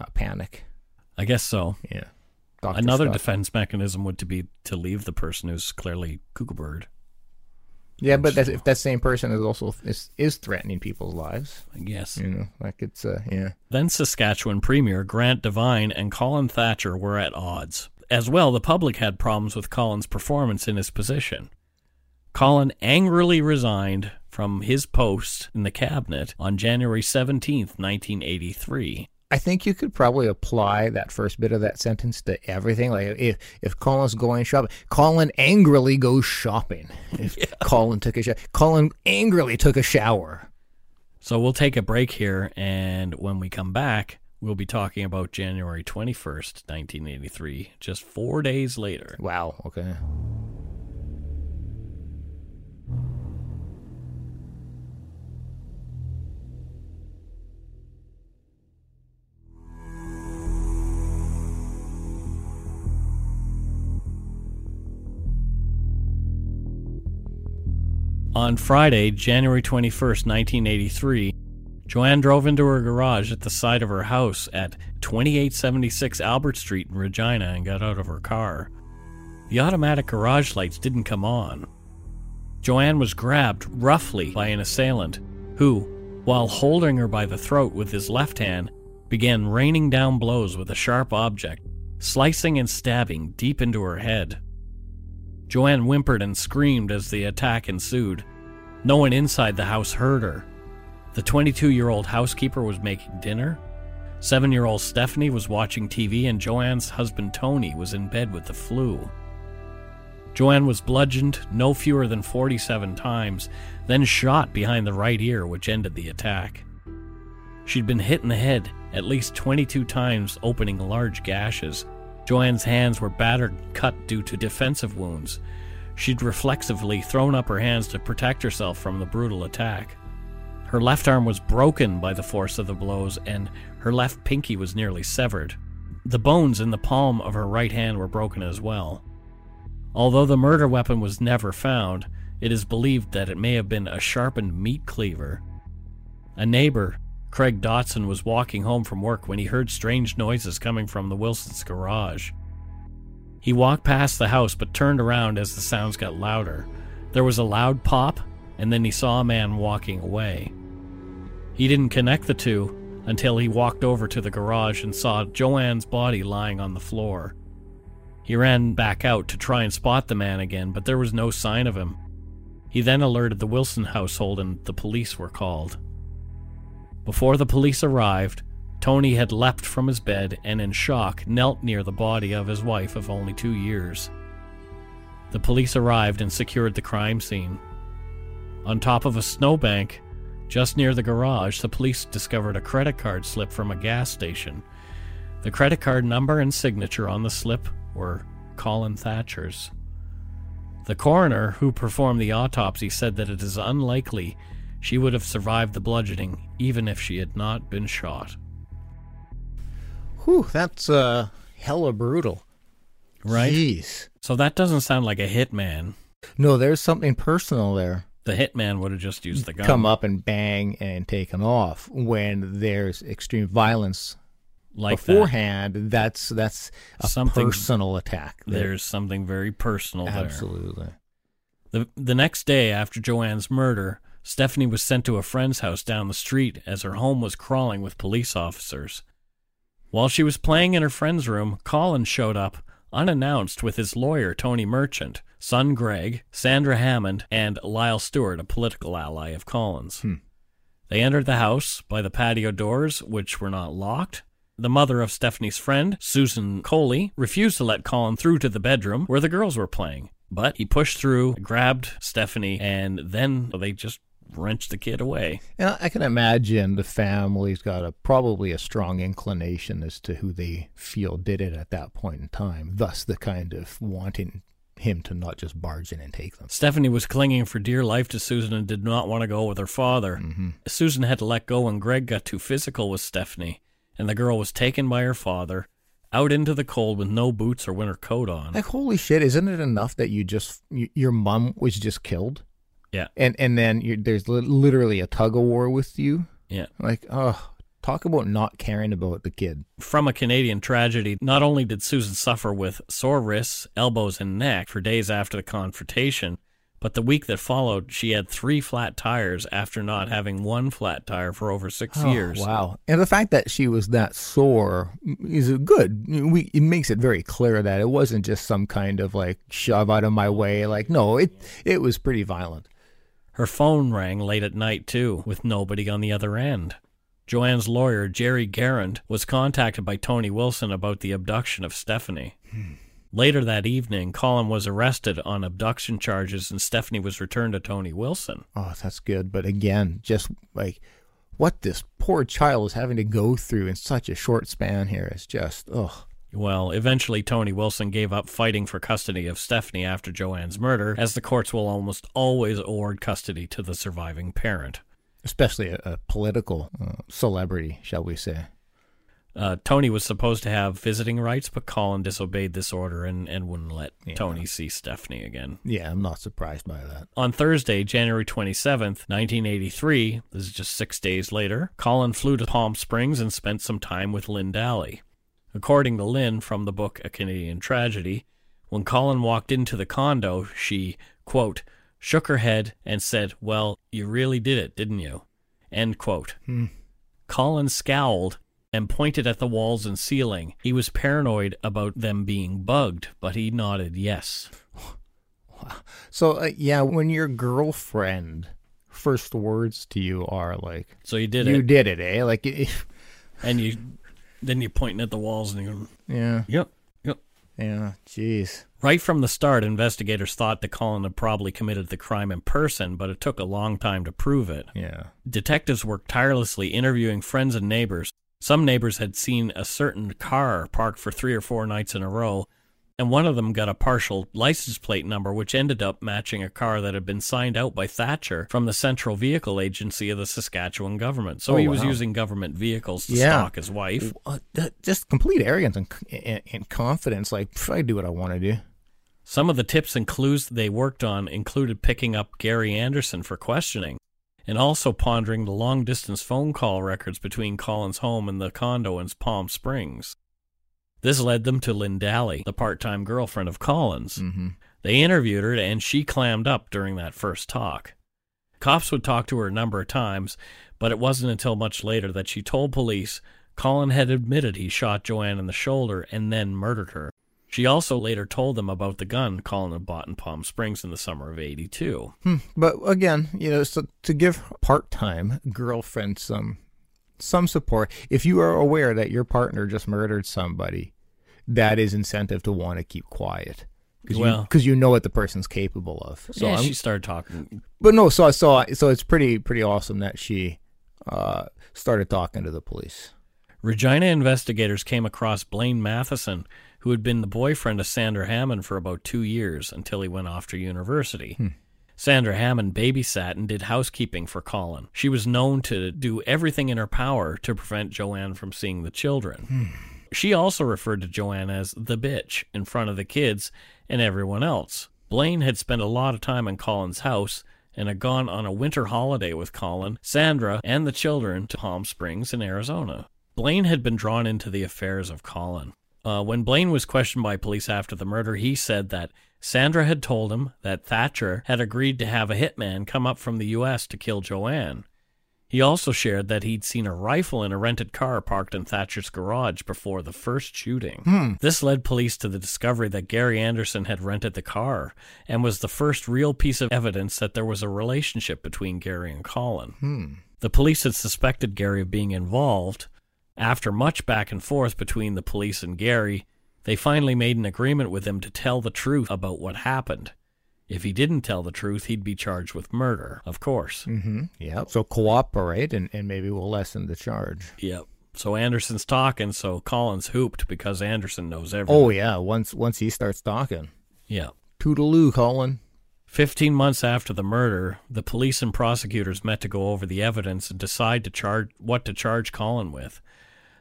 Speaker 3: uh, panic.
Speaker 2: I guess so.
Speaker 3: Yeah, Dr.
Speaker 2: Another
Speaker 3: Scott.
Speaker 2: defense mechanism would to be to leave the person who's clearly cuckoo bird.
Speaker 3: Yeah, but that's, if that same person is also is, is threatening people's lives,
Speaker 2: I guess.
Speaker 3: you know, like it's uh, yeah.
Speaker 2: Then Saskatchewan Premier Grant Devine and Colin Thatcher were at odds. As well, the public had problems with Colin's performance in his position. Colin angrily resigned from his post in the cabinet on January seventeenth, 1983.
Speaker 3: I think you could probably apply that first bit of that sentence to everything. Like if if Colin's going shopping, Colin angrily
Speaker 2: *laughs*
Speaker 3: goes shopping. If Colin took a shower, Colin angrily took a shower.
Speaker 2: So we'll take a break here, and when we come back, we'll be talking about January 21st, 1983, just four days later.
Speaker 3: Wow. Okay.
Speaker 2: On Friday, January 21st, 1983, Joanne drove into her garage at the side of her house at 2876 Albert Street in Regina and got out of her car. The automatic garage lights didn't come on. Joanne was grabbed roughly by an assailant who, while holding her by the throat with his left hand, began raining down blows with a sharp object, slicing and stabbing deep into her head. Joanne whimpered and screamed as the attack ensued. No one inside the house heard her. The 22 year old housekeeper was making dinner. Seven year old Stephanie was watching TV, and Joanne's husband Tony was in bed with the flu. Joanne was bludgeoned no fewer than 47 times, then shot behind the right ear, which ended the attack. She'd been hit in the head at least 22 times, opening large gashes. Joanne's hands were battered and cut due to defensive wounds. She'd reflexively thrown up her hands to protect herself from the brutal attack. Her left arm was broken by the force of the blows, and her left pinky was nearly severed. The bones in the palm of her right hand were broken as well. Although the murder weapon was never found, it is believed that it may have been a sharpened meat cleaver. A neighbor, Craig Dotson, was walking home from work when he heard strange noises coming from the Wilson's garage. He walked past the house but turned around as the sounds got louder. There was a loud pop, and then he saw a man walking away. He didn't connect the two until he walked over to the garage and saw Joanne's body lying on the floor. He ran back out to try and spot the man again, but there was no sign of him. He then alerted the Wilson household and the police were called. Before the police arrived, Tony had leapt from his bed and, in shock, knelt near the body of his wife of only two years. The police arrived and secured the crime scene. On top of a snowbank, just near the garage, the police discovered a credit card slip from a gas station. The credit card number and signature on the slip were Colin Thatcher's. The coroner who performed the autopsy said that it is unlikely she would have survived the bludgeoning even if she had not been shot.
Speaker 3: Whew, that's uh hella brutal.
Speaker 2: Right?
Speaker 3: Jeez.
Speaker 2: So that doesn't sound like a hitman.
Speaker 3: No, there's something personal there.
Speaker 2: The hitman would have just used the gun.
Speaker 3: Come up and bang and taken off when there's extreme violence
Speaker 2: like that.
Speaker 3: beforehand, that's that's a
Speaker 2: Something-
Speaker 3: personal attack. there.
Speaker 2: There's something very personal there.
Speaker 3: absolutely
Speaker 2: The, the next day after Joanne's murder, Stephanie was sent to a friend's house down the street as her home was crawling with police officers. While she was playing in her friend's room, Colin showed up unannounced with his lawyer, Tony Merchant, son Greg, Sandra Hammond, and Lyle Stewart, a political ally of Colin's.
Speaker 3: Hmm.
Speaker 2: They entered the house by the patio doors, which were not locked. The mother of Stephanie's friend, Susan Coley, refused to let Colin through to the bedroom where the girls were playing. But he pushed through, grabbed Stephanie, and then they just wrenched the kid away.
Speaker 3: And I- I can imagine the family's got a probably a strong inclination as to who they feel did it at that point in time. Thus, the kind of wanting him to not just barge in and take them.
Speaker 2: Stephanie was clinging for dear life to Susan and did not want to go with her father. Susan had to let go when Greg got too physical with Stephanie, and the girl was taken by her father out into the cold with no boots or winter coat on.
Speaker 3: Like holy shit! Isn't it enough that you just you, your mom was just killed?
Speaker 2: Yeah.
Speaker 3: and and then you're, there's li- literally a tug of war with you.
Speaker 2: Yeah.
Speaker 3: Like, oh, talk about not caring about the kid.
Speaker 2: From a Canadian tragedy, not only did Susan suffer with sore wrists, elbows, and neck for days after the confrontation, but the week that followed, she had three flat tires after not having one flat tire for over six
Speaker 3: Oh,
Speaker 2: years.
Speaker 3: Wow. And the fact that she was that sore is good. We, it makes it very clear that it wasn't just some kind of like shove out of my way. Like, no, it, it was pretty violent.
Speaker 2: Her phone rang late at night, too, with nobody on the other end. Joanne's lawyer, Jerry Garand, was contacted by Tony Wilson about the abduction of Stephanie.
Speaker 3: Hmm.
Speaker 2: Later that evening, Colin was arrested on abduction charges and Stephanie was returned to Tony Wilson.
Speaker 3: Oh, that's good. But again, just like what this poor child is having to go through in such a short span here is just, oh,
Speaker 2: Well, eventually, Tony Wilson gave up fighting for custody of Stephanie after Joanne's murder, as the courts will almost always award custody to the surviving parent.
Speaker 3: especially a, a political uh, celebrity, shall we say.
Speaker 2: Uh, Tony was supposed to have visiting rights, but Colin disobeyed this order and, and wouldn't let
Speaker 3: Yeah.
Speaker 2: Tony see Stephanie again.
Speaker 3: Yeah, I'm not surprised by that.
Speaker 2: On Thursday, January 27th, 1983, this is just six days later, Colin flew to Palm Springs and spent some time with Lynn Daly. According to Lynn from the book A Canadian Tragedy, when Colin walked into the condo, she, quote, shook her head and said, Well, you really did it, didn't you? End quote.
Speaker 3: Hmm.
Speaker 2: Colin scowled and pointed at the walls and ceiling. He was paranoid about them being bugged, but he nodded yes.
Speaker 3: So, uh, yeah, when your girlfriend first words to you are like,
Speaker 2: So he did
Speaker 3: you
Speaker 2: it.
Speaker 3: did it, eh? Like, *laughs* it-
Speaker 2: and you then you're pointing at the walls and you're going,
Speaker 3: yeah,
Speaker 2: yep yep
Speaker 3: yeah, jeez.
Speaker 2: right from the start investigators thought that colin had probably committed the crime in person but it took a long time to prove it
Speaker 3: Yeah.
Speaker 2: detectives worked tirelessly interviewing friends and neighbors some neighbors had seen a certain car parked for three or four nights in a row and one of them got a partial license plate number which ended up matching a car that had been signed out by thatcher from the central vehicle agency of the saskatchewan government so
Speaker 3: Oh,
Speaker 2: he was
Speaker 3: wow.
Speaker 2: using government vehicles to
Speaker 3: Yeah.
Speaker 2: stalk his wife
Speaker 3: Uh, th- Just complete arrogance and, and, and confidence. Like, pff, I do what I want to do.
Speaker 2: Some of the tips and clues they worked on included picking up Gary Anderson for questioning and also pondering the long distance phone call records between Colin's home and the condo in Palm Springs. This led them to Lynn Daly, the part time girlfriend of Collins.
Speaker 3: Mm-hmm.
Speaker 2: They interviewed her and she clammed up during that first talk. Cops would talk to her a number of times, but it wasn't until much later that she told police Colin had admitted he shot Joanne in the shoulder and then murdered her. She also later told them about the gun Colin had bought in Palm Springs in the summer of 82.
Speaker 3: Hmm, But again, you know, so to give part time girlfriend some some support, if you are aware that your partner just murdered somebody, that is incentive to want to keep quiet. Because
Speaker 2: Well-
Speaker 3: you, know what the person's capable of. So
Speaker 2: yeah,
Speaker 3: I'm-
Speaker 2: she started talking.
Speaker 3: But no, so I saw. So it's pretty pretty awesome that she uh, started talking to the police.
Speaker 2: Regina investigators came across Blaine Matheson, who had been the boyfriend of Sandra Hammond for about two years until he went off to university. Sandra Hammond babysat and did housekeeping for Colin. She was known to do everything in her power to prevent Joanne from seeing the children. She also referred to Joanne as the bitch in front of the kids and everyone else. Blaine had spent a lot of time in Colin's house and had gone on a winter holiday with Colin, Sandra, and the children to Palm Springs in Arizona. Blaine had been drawn into the affairs of Colin. Uh, when Blaine was questioned by police after the murder, he said that Sandra had told him that Thatcher had agreed to have a hitman come up from the U.S. to kill Joanne. He also shared that he'd seen a rifle in a rented car parked in Thatcher's garage before the first shooting.
Speaker 3: Hmm.
Speaker 2: This led police to the discovery that Gary Anderson had rented the car and was the first real piece of evidence that there was a relationship between Gary and Colin.
Speaker 3: Hmm.
Speaker 2: The police had suspected Gary of being involved. After much back and forth between the police and Gary, they finally made an agreement with him to tell the truth about what happened. If he didn't tell the truth, he'd be charged with murder, of course.
Speaker 3: Mm-hmm. Yeah. So cooperate, and, and maybe we'll lessen the charge.
Speaker 2: Yep. So Anderson's talking, so Collins hooped because Anderson knows everything.
Speaker 3: Oh yeah. Once once he starts talking,
Speaker 2: yeah.
Speaker 3: toodaloo, Colin.
Speaker 2: 15 months after the murder, the police and prosecutors met to go over the evidence and decide to charge what to charge Colin with.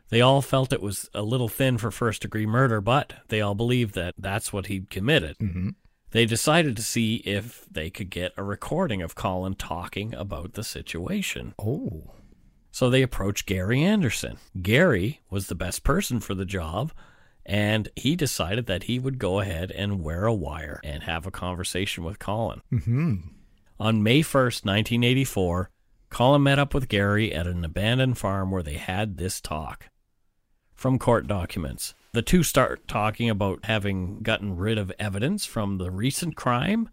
Speaker 2: They all felt it was a little thin for first degree murder, but they all believed that that's what he'd committed.
Speaker 3: Mhm.
Speaker 2: They decided to see if they could get a recording of Colin talking about the situation.
Speaker 3: Oh.
Speaker 2: So they approached Gary Anderson. Gary was the best person for the job, and he decided that he would go ahead and wear a wire and have a conversation with Colin.
Speaker 3: Hmm.
Speaker 2: On May 1st, 1984, Colin met up with Gary at an abandoned farm where they had this talk. From court documents, the two start talking about having gotten rid of evidence from the recent crime,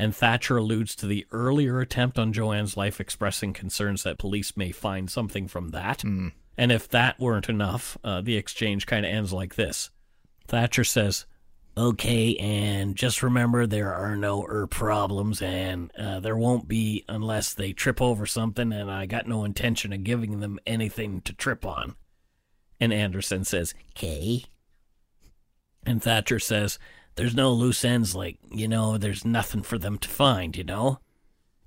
Speaker 2: and Thatcher alludes to the earlier attempt on Joanne's life, expressing concerns that police may find something from that.
Speaker 3: Hmm.
Speaker 2: And if that weren't enough, uh, the exchange kind of ends like this Thatcher says, Okay, and just remember there are no er problems, and uh, there won't be unless they trip over something, and I got no intention of giving them anything to trip on. And Anderson says, Kay. And Thatcher says, There's no loose ends, like, you know, there's nothing for them to find, you know?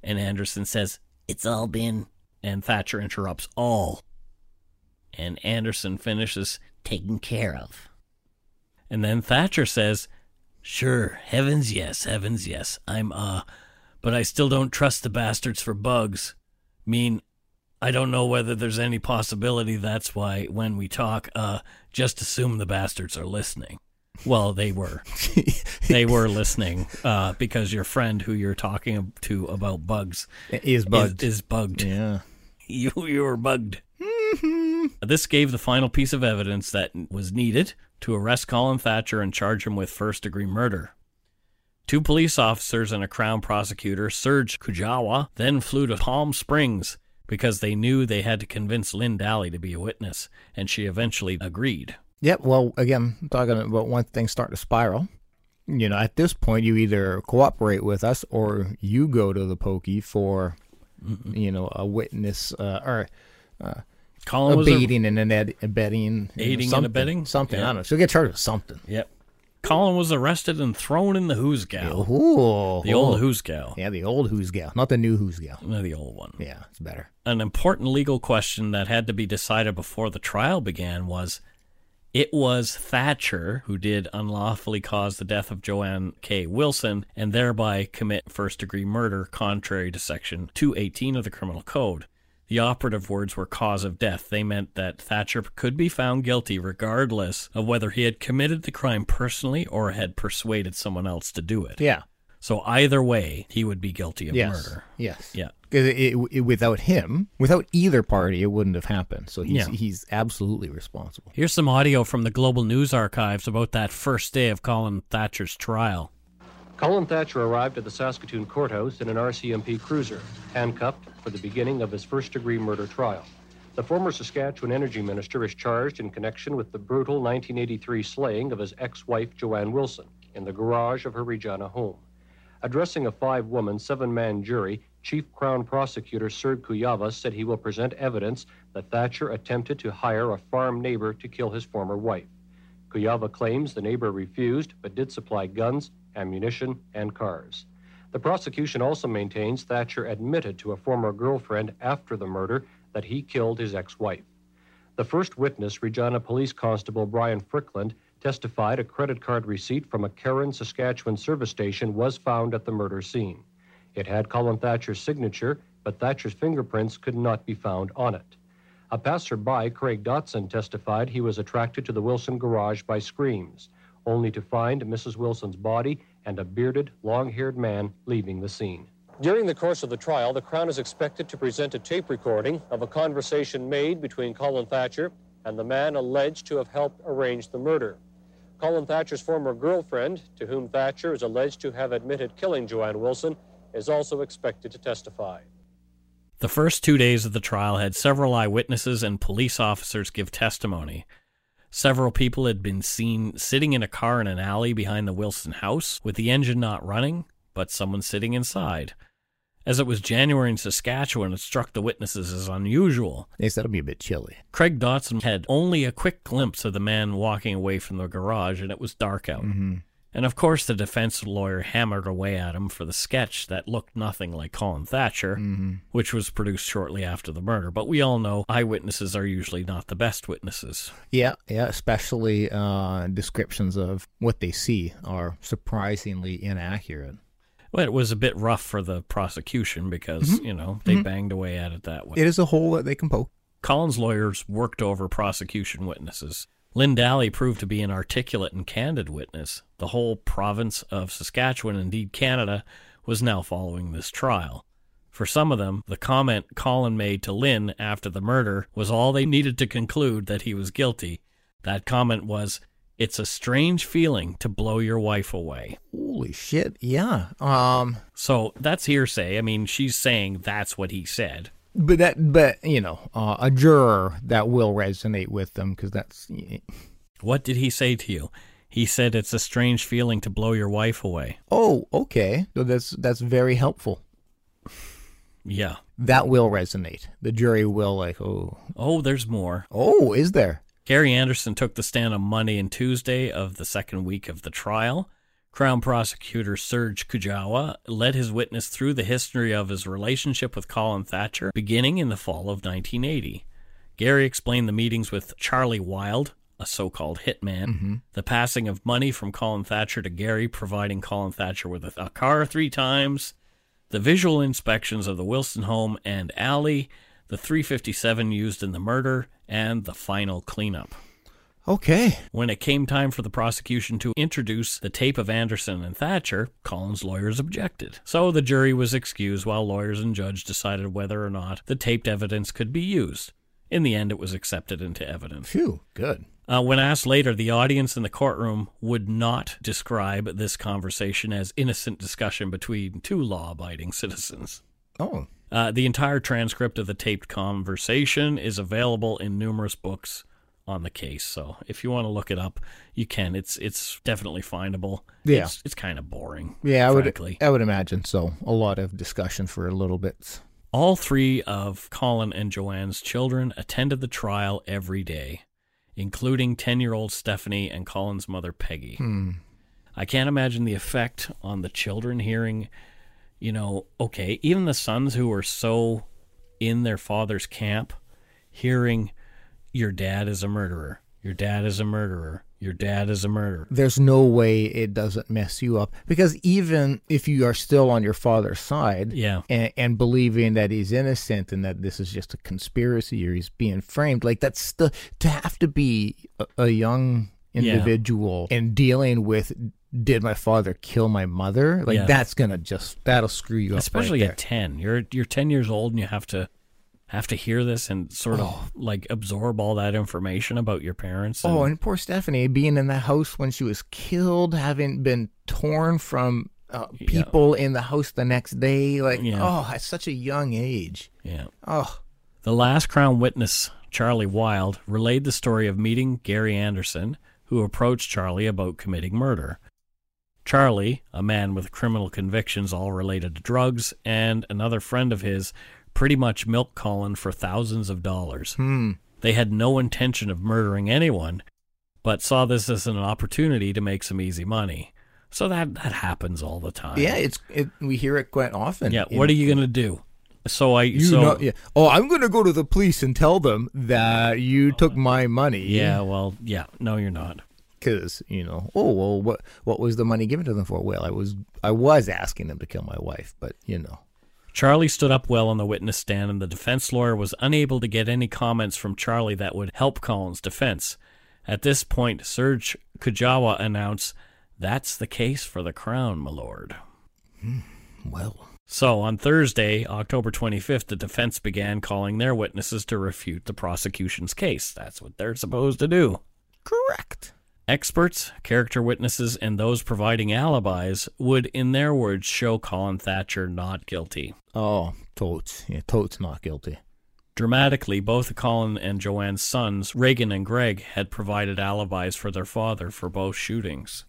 Speaker 2: And Anderson says, It's all been. And Thatcher interrupts, All. And Anderson finishes, Taken care of. And then Thatcher says, Sure, heavens yes, heavens yes. I'm, uh, but I still don't trust the bastards for bugs. Mean, I don't know whether there's any possibility that's why when we talk, uh, just assume the bastards are listening. Well, they
Speaker 3: *laughs*
Speaker 2: were. they were listening, uh, because your friend who you're talking to about bugs
Speaker 3: Is bugged.
Speaker 2: Is, is bugged. *laughs*
Speaker 3: yeah. Mm-hmm.
Speaker 2: You, you were bugged. This gave the final piece of evidence that was needed to arrest Colin Thatcher and charge him with first degree murder. Two police officers and a Crown prosecutor, Serge Kujawa, then flew to Palm Springs because they knew they had to convince Lynn Daly to be a witness, and she eventually agreed.
Speaker 3: Yep. Well, again, talking about once things start to spiral, you know, at this point, you either cooperate with us or you go to the pokey for, you know, a witness uh, or
Speaker 2: Colin was a-
Speaker 3: abating and an ed- abetting. you know,
Speaker 2: Aiding and
Speaker 3: something-
Speaker 2: abetting?
Speaker 3: Something.
Speaker 2: Yeah.
Speaker 3: I don't know. She'll get charged with something.
Speaker 2: Yep. Colin was arrested and thrown in the Who's Gal.
Speaker 3: Ooh.
Speaker 2: The old Who's Gal.
Speaker 3: Yeah, the old who's gal, not the new who's gal.
Speaker 2: No, the old one.
Speaker 3: Yeah, it's better.
Speaker 2: an important legal question that had to be decided before the trial began was it was Thatcher who did unlawfully cause the death of Joanne K. Wilson and thereby commit first degree murder contrary to Section 218 of the Criminal Code. The operative words were cause of death. They meant that Thatcher could be found guilty regardless of whether he had committed the crime personally or had persuaded someone else to do it.
Speaker 3: Yeah.
Speaker 2: So either way, he would be guilty of
Speaker 3: Yes.
Speaker 2: murder.
Speaker 3: Yes.
Speaker 2: Yeah.
Speaker 3: Because it, it, without him, without either party, it wouldn't have happened. So he's
Speaker 2: Yeah.
Speaker 3: he's absolutely responsible.
Speaker 2: Here's some audio from the Global News Archives about that first day of Colin Thatcher's trial.
Speaker 4: Colin Thatcher arrived at the Saskatoon courthouse in an RCMP cruiser, handcuffed for the beginning of his first degree murder trial. The former Saskatchewan Energy Minister is charged in connection with the brutal 1983 slaying of his ex wife Joanne Wilson in the garage of her Regina home. Addressing a five woman, seven man jury, Chief Crown Prosecutor Serge Kuyava said he will present evidence that Thatcher attempted to hire a farm neighbor to kill his former wife. Kuyava claims the neighbor refused but did supply guns, ammunition, and cars. The prosecution also maintains Thatcher admitted to a former girlfriend after the murder that he killed his ex wife. The first witness, Regina Police Constable Brian Frickland, testified a credit card receipt from a Karen, Saskatchewan service station was found at the murder scene. It had Colin Thatcher's signature, but Thatcher's fingerprints could not be found on it. A passerby, Craig Dotson, testified he was attracted to the Wilson garage by screams, only to find Mrs. Wilson's body and a bearded, long haired man leaving the scene. During the course of the trial, the Crown is expected to present a tape recording of a conversation made between Colin Thatcher and the man alleged to have helped arrange the murder. Colin Thatcher's former girlfriend, to whom Thatcher is alleged to have admitted killing Joanne Wilson, is also expected to testify.
Speaker 2: The first two days of the trial had several eyewitnesses and police officers give testimony. Several people had been seen sitting in a car in an alley behind the Wilson house, with the engine not running, but someone sitting inside. As it was January in Saskatchewan, it struck the witnesses as unusual.
Speaker 3: Yes, that'll be a bit chilly.
Speaker 2: Craig Dotson had only a quick glimpse of the man walking away from the garage, and it was dark out. And of course, the defense lawyer hammered away at him for the sketch that looked nothing like Colin Thatcher, which was produced shortly after the murder. But we all know eyewitnesses are usually not the best witnesses.
Speaker 3: Yeah, yeah, especially uh, descriptions of what they see are surprisingly inaccurate.
Speaker 2: Well, it was a bit rough for the prosecution because, you know, they banged away at it that way.
Speaker 3: It is a hole that they can poke.
Speaker 2: Collins' lawyers worked over prosecution witnesses. Lynn Daly proved to be an articulate and candid witness. The whole province of Saskatchewan, indeed Canada, was now following this trial. For some of them, the comment Colin made to Lynn after the murder was all they needed to conclude that he was guilty. That comment was, It's a strange feeling to blow your wife away.
Speaker 3: Holy shit! Yeah. Um.
Speaker 2: So that's hearsay. I mean, she's saying that's what he said.
Speaker 3: But that, but you know, uh, a juror that will resonate with them because that's
Speaker 2: What did he say to you? He said it's a strange feeling to blow your wife away.
Speaker 3: oh okay. So that's that's very helpful.
Speaker 2: Yeah.
Speaker 3: That will resonate. The jury will like oh
Speaker 2: Oh, there's more.
Speaker 3: oh is there
Speaker 2: Gary Anderson took the stand on Monday and Tuesday of the second week of the trial. Crown prosecutor Serge Kujawa led his witness through the history of his relationship with Colin Thatcher beginning in the fall of 1980. Gary explained the meetings with Charlie Wilde, a so called hitman, the passing of money from Colin Thatcher to Gary, providing Colin Thatcher with a, a car three times, the visual inspections of the Wilson home and alley, the 357 used in the murder, and the final cleanup.
Speaker 3: okay
Speaker 2: When it came time for the prosecution to introduce the tape of Anderson and Thatcher, Collins' lawyers objected. So the jury was excused while lawyers and judge decided whether or not the taped evidence could be used. In the end, it was accepted into evidence.
Speaker 3: phew good
Speaker 2: Uh, when asked later, the audience in the courtroom would not describe this conversation as innocent discussion between two law abiding citizens.
Speaker 3: oh
Speaker 2: Uh, the entire transcript of the taped conversation is available in numerous books on the case. So if you want to look it up, you can. It's it's definitely findable.
Speaker 3: Yeah.
Speaker 2: It's, it's kind of boring.
Speaker 3: yeah I would
Speaker 2: frankly.
Speaker 3: I would imagine so a lot of discussion for a little bit
Speaker 2: All three of Colin and Joanne's children attended the trial every day, including 10 year old Stephanie and Colin's mother, Peggy. I can't imagine the effect on the children hearing, you know, okay, even the sons who were so in their father's camp, hearing, your dad is a murderer, your dad is a murderer, your dad is a murderer.
Speaker 3: there's no way it doesn't mess you up because even if you are still on your father's side
Speaker 2: Yeah.
Speaker 3: and, and believing that he's innocent and that this is just a conspiracy or he's being framed like that's the to have to be a, a young
Speaker 2: Yeah.
Speaker 3: individual and dealing with did my father kill my mother like
Speaker 2: Yeah.
Speaker 3: that's gonna just that'll screw you up right
Speaker 2: especially
Speaker 3: there.
Speaker 2: at 10 you're you're 10 years old and you have to have to hear this and sort of like absorb all that information about your parents and,
Speaker 3: Oh, and poor Stephanie being in the house when she was killed, having been torn from uh, people in the house the next day. Like,
Speaker 2: Yeah.
Speaker 3: oh, at such a young age.
Speaker 2: yeah
Speaker 3: Oh,
Speaker 2: the last crown witness charlie wilde relayed the story of meeting gary anderson who approached charlie about committing murder charlie a man with criminal convictions all related to drugs and another friend of his pretty much milk colin for thousands of dollars
Speaker 3: hmm.
Speaker 2: They had no intention of murdering anyone, but saw this as an opportunity to make some easy money. So that that happens all the time.
Speaker 3: Yeah, it's it, we hear it quite often.
Speaker 2: yeah.
Speaker 3: in-
Speaker 2: What are you gonna do? So I
Speaker 3: You
Speaker 2: so
Speaker 3: know, yeah. Oh, I'm gonna go to the police and tell them that you took my money.
Speaker 2: yeah. Well, yeah. No, you're not.
Speaker 3: because you know. Oh well, what what was the money given to them for? Well, I was I was asking them to kill my wife, but you know.
Speaker 2: Charlie stood up well on the witness stand, and the defense lawyer was unable to get any comments from Charlie that would help Collins' defense. At this point, Serge Kujawa announced, That's the case for the Crown, my lord.
Speaker 3: Well,
Speaker 2: So on Thursday, October 25th, the defense began calling their witnesses to refute the prosecution's case. That's what they're supposed to do.
Speaker 3: correct.
Speaker 2: Experts, character witnesses, and those providing alibis would, in their words, show Colin Thatcher not guilty.
Speaker 3: Oh, totes. Yeah, totes not guilty.
Speaker 2: Dramatically, both Colin and Joanne's sons, Reagan and Greg, had provided alibis for their father for both shootings.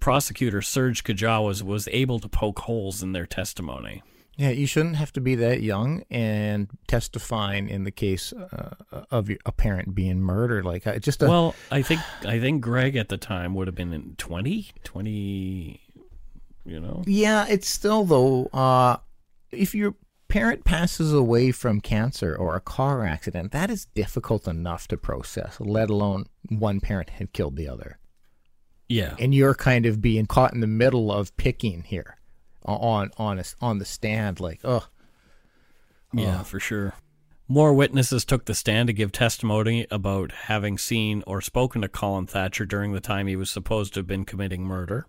Speaker 2: Prosecutor Serge Kajawas was able to poke holes in their testimony.
Speaker 3: Yeah, you shouldn't have to be that young and testifying in the case uh, of your, a parent being murdered. Like,
Speaker 2: *laughs*
Speaker 3: I just a,
Speaker 2: well, I think I think Greg at the time would have been in 20, 20, you know.
Speaker 3: yeah, it's still though. Uh, if your parent passes away from cancer or a car accident, that is difficult enough to process. Let alone one parent had killed the other.
Speaker 2: Yeah.
Speaker 3: and you're kind of being caught in the middle of picking here on on a, on the stand like oh
Speaker 2: Yeah, for sure. More witnesses took the stand to give testimony about having seen or spoken to Colin Thatcher during the time he was supposed to have been committing murder.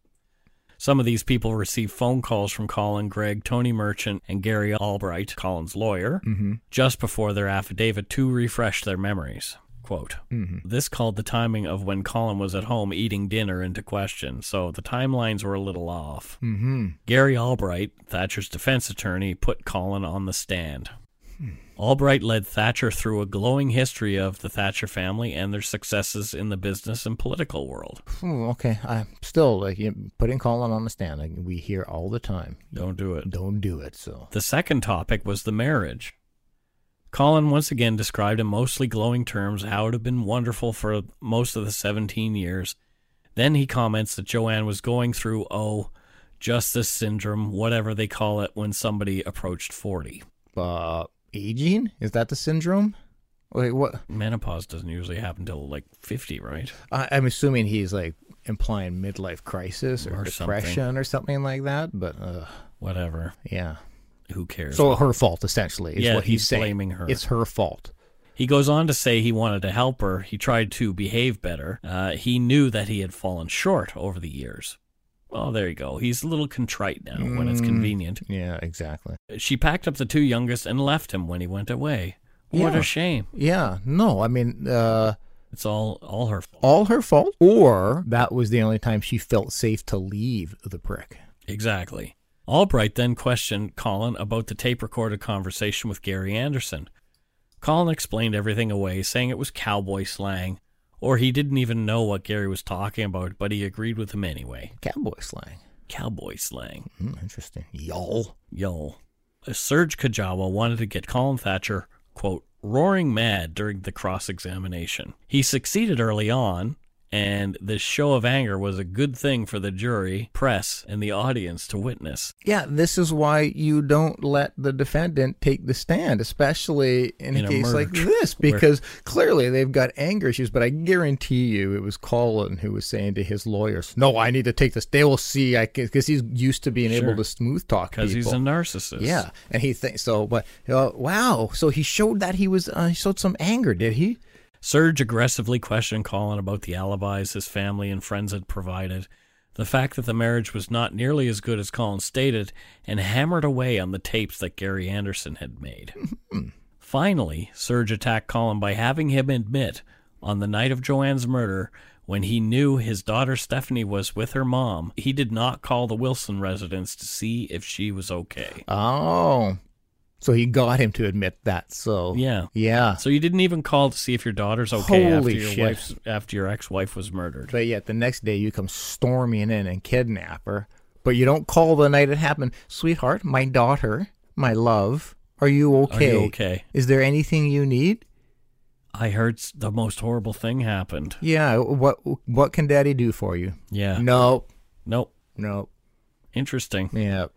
Speaker 2: Some of these people received phone calls from Colin Gregg, Tony Merchant, and Gary Albright, Colin's lawyer, just before their affidavit to refresh their memories. Quote, This called the timing of when Colin was at home eating dinner into question, so the timelines were a little off.
Speaker 3: mm-hmm
Speaker 2: Gary Albright, Thatcher's defense attorney, put Colin on the stand. Albright led Thatcher through a glowing history of the Thatcher family and their successes in the business and political world.
Speaker 3: okay i'm still like you- putting colin on the stand like, we hear all the time
Speaker 2: Don't do it.
Speaker 3: don't do it so
Speaker 2: The second topic was the marriage. Colin once again described in mostly glowing terms how it had been wonderful for most of the 17 years. Then he comments that Joanne was going through, oh, justice syndrome, whatever they call it when somebody approached 40.
Speaker 3: uh aging is that the syndrome like what
Speaker 2: menopause doesn't usually happen till like 50 right
Speaker 3: I, i'm assuming he's like implying midlife crisis or,
Speaker 2: Or something.
Speaker 3: depression or something like that but uh
Speaker 2: whatever
Speaker 3: yeah
Speaker 2: who cares
Speaker 3: so her fault essentially is
Speaker 2: Yeah,
Speaker 3: what he's,
Speaker 2: he's
Speaker 3: saying
Speaker 2: blaming her.
Speaker 3: it's her fault
Speaker 2: he goes on to say he wanted to help her he tried to behave better uh, he knew that he had fallen short over the years oh there you go he's a little contrite now when it's
Speaker 3: Mm.
Speaker 2: convenient
Speaker 3: yeah exactly
Speaker 2: she packed up the two youngest and left him when he went away what
Speaker 3: Yeah.
Speaker 2: a shame
Speaker 3: yeah no i mean uh
Speaker 2: it's all all her fault
Speaker 3: all her fault, or that was the only time she felt safe to leave the prick.
Speaker 2: exactly albright then questioned colin about the tape recorded conversation with gary anderson Colin explained everything away, saying it was cowboy slang, or he didn't even know what Gary was talking about, but he agreed with him anyway.
Speaker 3: Cowboy slang.
Speaker 2: Cowboy slang.
Speaker 3: Hmm, interesting. Y'all.
Speaker 2: Yo. Serge Kajawa wanted to get Colin Thatcher, quote, roaring mad during the cross examination. He succeeded early on, and this show of anger was a good thing for the jury, press, and the audience to witness.
Speaker 3: Yeah, this is why you don't let the defendant take the stand, especially in,
Speaker 2: In
Speaker 3: a
Speaker 2: a
Speaker 3: case like
Speaker 2: murder
Speaker 3: this,
Speaker 2: where-
Speaker 3: because clearly they've got anger issues. But I guarantee you, it was Colin who was saying to his lawyers, "No, I need to take this. They will see. I because he's used to being able
Speaker 2: Sure.
Speaker 3: to smooth talk
Speaker 2: Because he's a
Speaker 3: people.
Speaker 2: narcissist.
Speaker 3: yeah, and he thinks so. But uh, wow, so he showed that he was uh, he showed some anger, did he?
Speaker 2: Serge aggressively questioned Colin about the alibis his family and friends had provided, the fact that the marriage was not nearly as good as Colin stated, and hammered away on the tapes that Gary Anderson had made.
Speaker 3: Hmm.
Speaker 2: Finally, Serge attacked Colin by having him admit, on the night of Joanne's murder, when he knew his daughter Stephanie was with her mom, he did not call the Wilson residence to see if she was okay.
Speaker 3: Oh. So he got him to admit that. So
Speaker 2: Yeah.
Speaker 3: Yeah.
Speaker 2: So you didn't even call to see if your daughter's okay after
Speaker 3: Oh. Holy
Speaker 2: your
Speaker 3: shit.
Speaker 2: wife's after your ex-wife was murdered.
Speaker 3: But yet the next day you come storming in and kidnap her. But you don't call the night it happened. Sweetheart, my daughter, my love, are you okay?
Speaker 2: Are you okay?
Speaker 3: Is there anything you need?
Speaker 2: I heard s- the most horrible thing happened.
Speaker 3: Yeah, what what can daddy do for you?
Speaker 2: Yeah.
Speaker 3: No.
Speaker 2: Nope.
Speaker 3: No.
Speaker 2: Interesting.
Speaker 3: Yeah.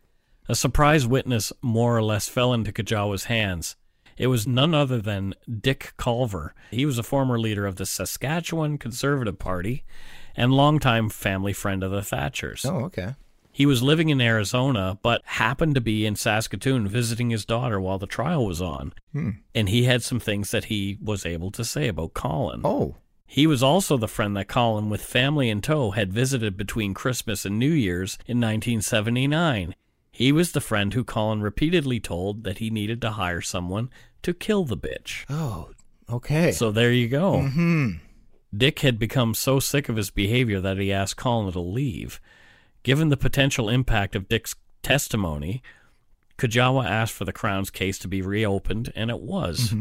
Speaker 2: A surprise witness more or less fell into Kajawa's hands. It was none other than Dick Culver. He was a former leader of the Saskatchewan Conservative Party and longtime family friend of the Thatchers.
Speaker 3: Oh, okay.
Speaker 2: He was living in Arizona, but happened to be in Saskatoon visiting his daughter while the trial was on.
Speaker 3: Hmm.
Speaker 2: And he had some things that he was able to say about Colin.
Speaker 3: Oh,
Speaker 2: He was also the friend that Colin, with family in tow, had visited between Christmas and New Year's in 1979. He was the friend who Colin repeatedly told that he needed to hire someone to kill the bitch.
Speaker 3: oh, okay.
Speaker 2: So there you go.
Speaker 3: hmm.
Speaker 2: Dick had become so sick of his behavior that he asked Colin to leave. Given the potential impact of Dick's testimony, Kajawa asked for the Crown's case to be reopened, and it was.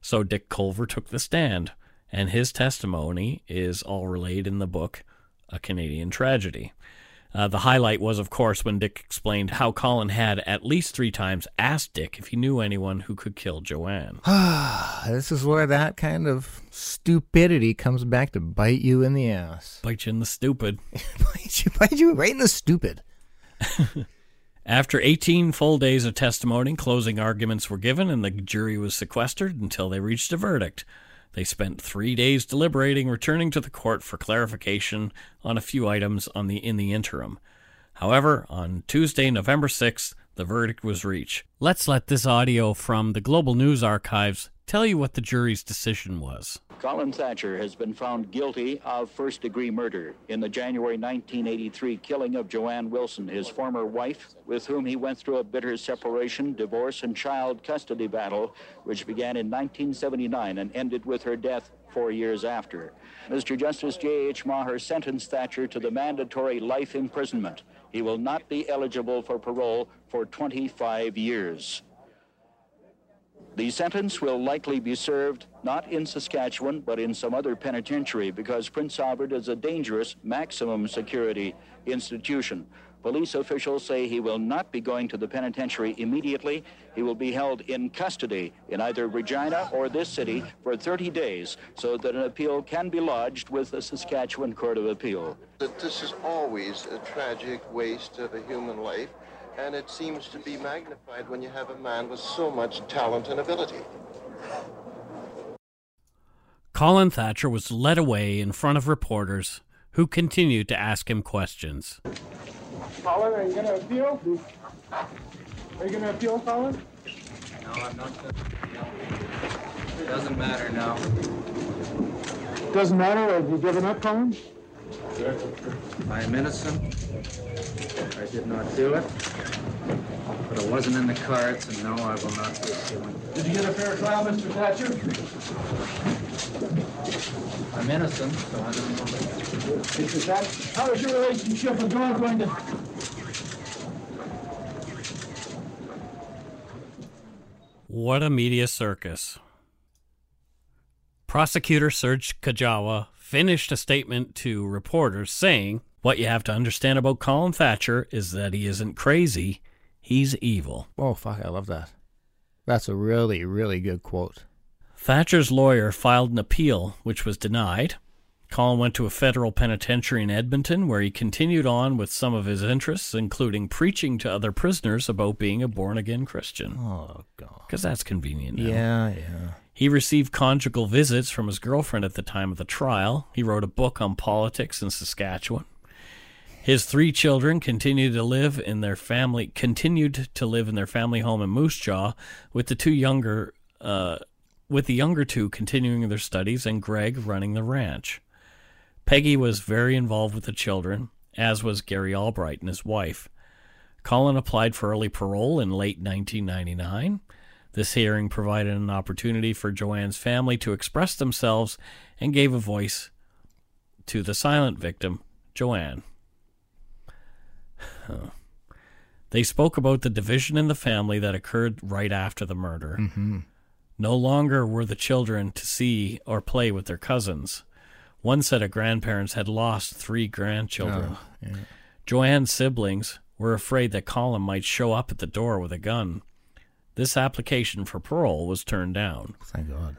Speaker 2: So Dick Culver took the stand, and his testimony is all relayed in the book, A Canadian Tragedy. Uh, the highlight was, of course, when Dick explained how Colin had at least three times asked Dick if he knew anyone who could kill Joanne.
Speaker 3: *sighs* This is where that kind of stupidity comes back to bite you in the ass. *laughs*
Speaker 2: Bite you in the stupid.
Speaker 3: bite you, bite you right in the stupid.
Speaker 2: After 18 full days of testimony, closing arguments were given and the jury was sequestered until they reached a verdict. They spent three days deliberating, returning to the court for clarification on a few items on the, in the interim. However, on Tuesday, November 6th, the verdict was reached. Let's let this audio from the Global News Archives tell you what the jury's decision was.
Speaker 5: Colin Thatcher has been found guilty of first degree murder in the January 1983 killing of Joanne Wilson, his former wife, with whom he went through a bitter separation, divorce, and child custody battle, which began in 1979 and ended with her death four years after. Mr. Justice J.H. Maher sentenced Thatcher to the mandatory life imprisonment. He will not be eligible for parole for 25 years. The sentence will likely be served not in Saskatchewan, but in some other penitentiary because Prince Albert is a dangerous maximum security institution. Police officials say he will not be going to the penitentiary immediately. He will be held in custody in either Regina or this city for 30 days so that an appeal can be lodged with the Saskatchewan Court of Appeal.
Speaker 6: that this is always a tragic waste of a human life, and it seems to be magnified when you have a man with so much talent and ability.
Speaker 2: Colin Thatcher was led away in front of reporters who continued to ask him questions.
Speaker 7: Colin, are you gonna appeal? Are you gonna appeal, Colin?
Speaker 8: No, I'm not gonna. No. It doesn't matter now.
Speaker 7: Doesn't matter, have you given up, Colin?
Speaker 8: I am innocent. I did not do it. But it wasn't in the cards, and no, I will not be suing.
Speaker 7: Did you get a fair trial, Mr. Thatcher?
Speaker 8: I'm innocent, so I don't know.
Speaker 7: Mr. Thatcher, how is your relationship with God going to?
Speaker 2: What a media circus. Prosecutor Serge Kajawa finished a statement to reporters saying, What you have to understand about Colin Thatcher is that he isn't crazy, he's evil.
Speaker 3: Oh, fuck, I love that. That's a really, really good quote.
Speaker 2: Thatcher's lawyer filed an appeal, which was denied. Colin went to a federal penitentiary in Edmonton where he continued on with some of his interests, including preaching to other prisoners about being a born again Christian.
Speaker 3: Oh, God.
Speaker 2: Because that's convenient now.
Speaker 3: Yeah, yeah.
Speaker 2: He received conjugal visits from his girlfriend at the time of the trial. He wrote a book on politics in Saskatchewan. His three children continued to live in their family continued to live in their family home in Moose Jaw, with the two younger uh, with the younger two continuing their studies and Greg running the ranch. Peggy was very involved with the children, as was Gary Albright and his wife. Colin applied for early parole in late 1999. This hearing provided an opportunity for Joanne's family to express themselves and gave a voice to the silent victim, Joanne. *sighs* Huh. They spoke about the division in the family that occurred right after the murder. No longer were the children to see or play with their cousins. One set of grandparents had lost three grandchildren. Joanne's siblings were afraid that Colin might show up at the door with a gun. This application for parole was turned down.
Speaker 3: Thank God.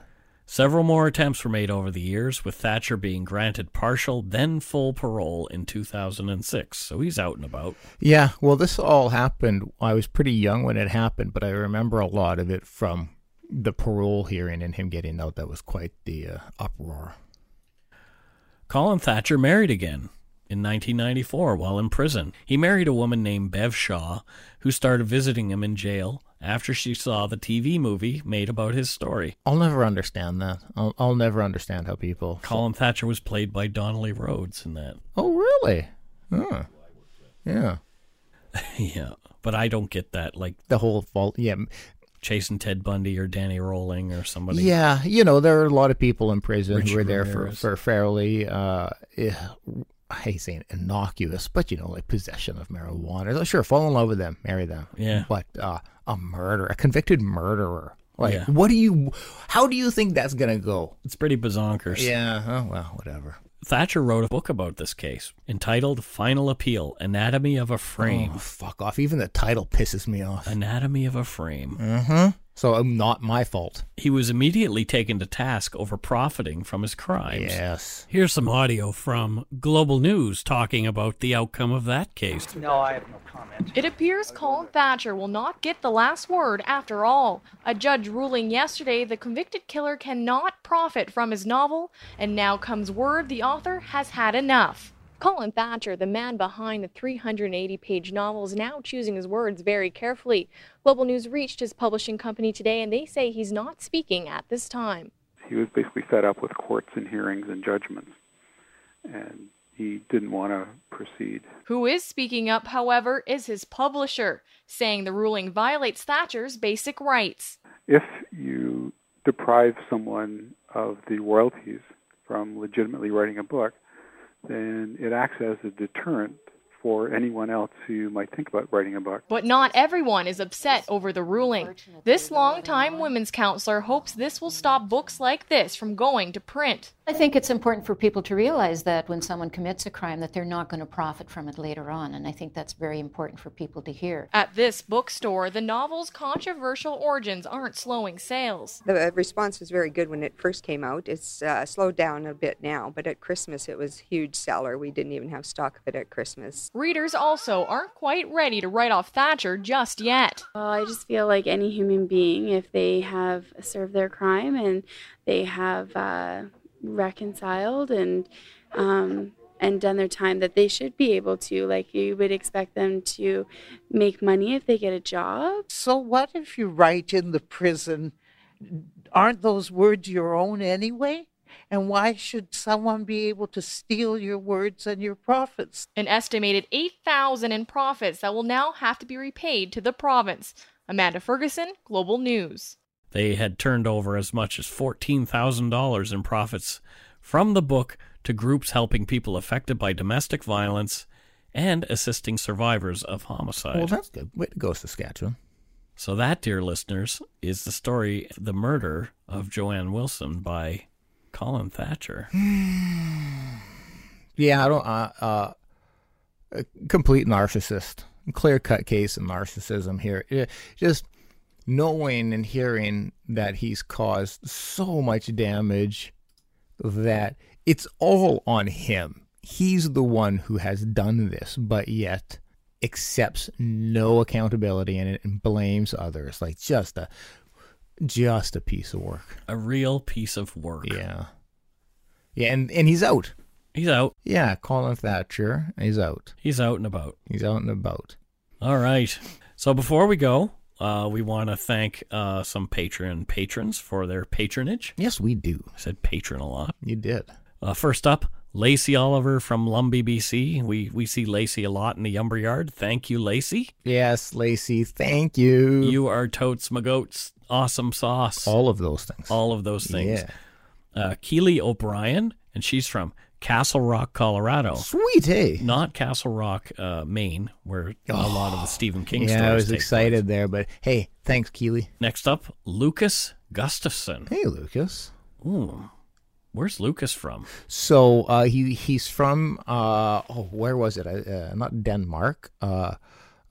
Speaker 2: Several more attempts were made over the years, with Thatcher being granted partial, then full parole in 2006. So he's out and about.
Speaker 3: Yeah, well, this all happened. I was pretty young when it happened, but I remember a lot of it from the parole hearing and him getting out. That was quite the uh, uproar.
Speaker 2: Colin Thatcher married again. in 1994 while in prison. He married a woman named Bev Shaw, who started visiting him in jail after she saw the TV movie made about his story.
Speaker 3: I'll never understand that. I'll, I'll never understand how people.
Speaker 2: Colin Thatcher was played by Donnelly Rhodes in that. *laughs*
Speaker 3: Oh, really? Huh. Yeah.
Speaker 2: yeah, but I don't get that. Like
Speaker 3: The whole fault. Yeah.
Speaker 2: chasing Ted Bundy or Danny Rolling or somebody.
Speaker 3: Yeah. You know, there are a lot of people in prison
Speaker 2: Richard
Speaker 3: who are there for,
Speaker 2: Ramirez.
Speaker 3: for fairly, uh, eh, I hate saying innocuous, but, you know, like possession of marijuana. Sure, fall in love with them, marry them.
Speaker 2: Yeah.
Speaker 3: But uh, a murderer, a convicted murderer. Like,
Speaker 2: Yeah.
Speaker 3: what do you, how do you think that's going to go?
Speaker 2: It's pretty bazonkers.
Speaker 3: Yeah. Oh, well, whatever.
Speaker 2: Thatcher wrote a book about this case entitled Final Appeal Anatomy of a Frame.
Speaker 3: Oh, fuck off. Even the title pisses me off.
Speaker 2: Anatomy of a Frame.
Speaker 3: Mm. So I'm not my fault.
Speaker 2: He was immediately taken to task over profiting from his crimes.
Speaker 3: Yes.
Speaker 2: Here's some audio from Global News talking about the outcome of that case.
Speaker 8: No, I have no comment.
Speaker 9: It appears Colin Thatcher will not get the last word after all. A judge ruling yesterday the convicted killer cannot profit from his novel, and now comes word the author has had enough. Colin Thatcher, the man behind the 380 page novel, is now choosing his words very carefully. Global News reached his publishing company today, and they say he's not speaking at this time.
Speaker 10: he was basically fed up with courts and hearings and judgments, and he didn't want to proceed.
Speaker 9: Who is speaking up, however, is his publisher, saying the ruling violates Thatcher's basic rights.
Speaker 10: If you deprive someone of the royalties from legitimately writing a book, then it acts as a deterrent for anyone else who might think about writing a book.
Speaker 9: But not everyone is upset over the ruling. This longtime women's counselor hopes this will stop books like this from going to print.
Speaker 11: I think it's important for people to realize that when someone commits a crime that they're not going to profit from it later on and I think that's very important for people to hear.
Speaker 9: At this bookstore, the novel's controversial origins aren't slowing sales.
Speaker 12: The uh, response was very good when it first came out. It's uh, slowed down a bit now, but at Christmas it was a huge seller. We didn't even have stock of it at Christmas.
Speaker 9: Readers also aren't quite ready to write off Thatcher just yet.
Speaker 11: Well, I just feel like any human being if they have served their crime and they have uh, reconciled and um, and done their time that they should be able to like you would expect them to make money if they get a job
Speaker 12: So, what if you write in the prison? Aren't those words your own anyway? And why should someone be able to steal your words and your profits?
Speaker 9: An estimated 8,000 in profits that will now have to be repaid to the province. Amanda Ferguson, Global News.
Speaker 2: They had turned over as much as $14,000 in profits from the book to groups helping people affected by domestic violence and assisting survivors of homicide.
Speaker 3: Well, that's good. Way to go, Saskatchewan.
Speaker 2: so, that, dear listeners, is the story The Murder of Joanne Wilson by Colin Thatcher.
Speaker 3: Yeah, I don't. Uh, uh, a complete narcissist, clear cut case of narcissism here. Yeah, Just knowing and hearing that he's caused so much damage that it's all on him. He's the one who has done this, but yet accepts no accountability in it and blames others. Like just a, just a piece of work.
Speaker 2: A real piece of work.
Speaker 3: Yeah, yeah, and and he's out.
Speaker 2: He's out.
Speaker 3: Yeah, Colin Thatcher is out.
Speaker 2: He's out and about.
Speaker 3: He's out and about.
Speaker 2: All right. So before we go, uh, we want to thank uh, some Patreon patrons for their patronage.
Speaker 3: Yes, we do.
Speaker 2: I said patron a lot.
Speaker 3: You did.
Speaker 2: Uh, first up, Lacey Oliver from Lumby, BC. We we see Lacey a lot in the Yumber Yard. Thank you, Lacey.
Speaker 3: Yes, Lacey, thank you.
Speaker 2: You are totes my goats. Awesome sauce.
Speaker 3: All of those things.
Speaker 2: All of those things.
Speaker 3: Yeah.
Speaker 2: Uh, Keely O'Brien, and she's from Castle Rock, Colorado.
Speaker 3: Sweet, hey.
Speaker 2: Not Castle Rock, uh, Maine, where a lot of the Stephen King stories
Speaker 3: Oh, yeah, I was
Speaker 2: take
Speaker 3: excited
Speaker 2: place.
Speaker 3: there, but hey, thanks, Keely.
Speaker 2: Next up, Lucas Gustafson.
Speaker 3: Hey, Lucas.
Speaker 2: Ooh, where's Lucas from?
Speaker 3: So uh, he he's from uh, oh where was it? I, uh, not Denmark. Uh,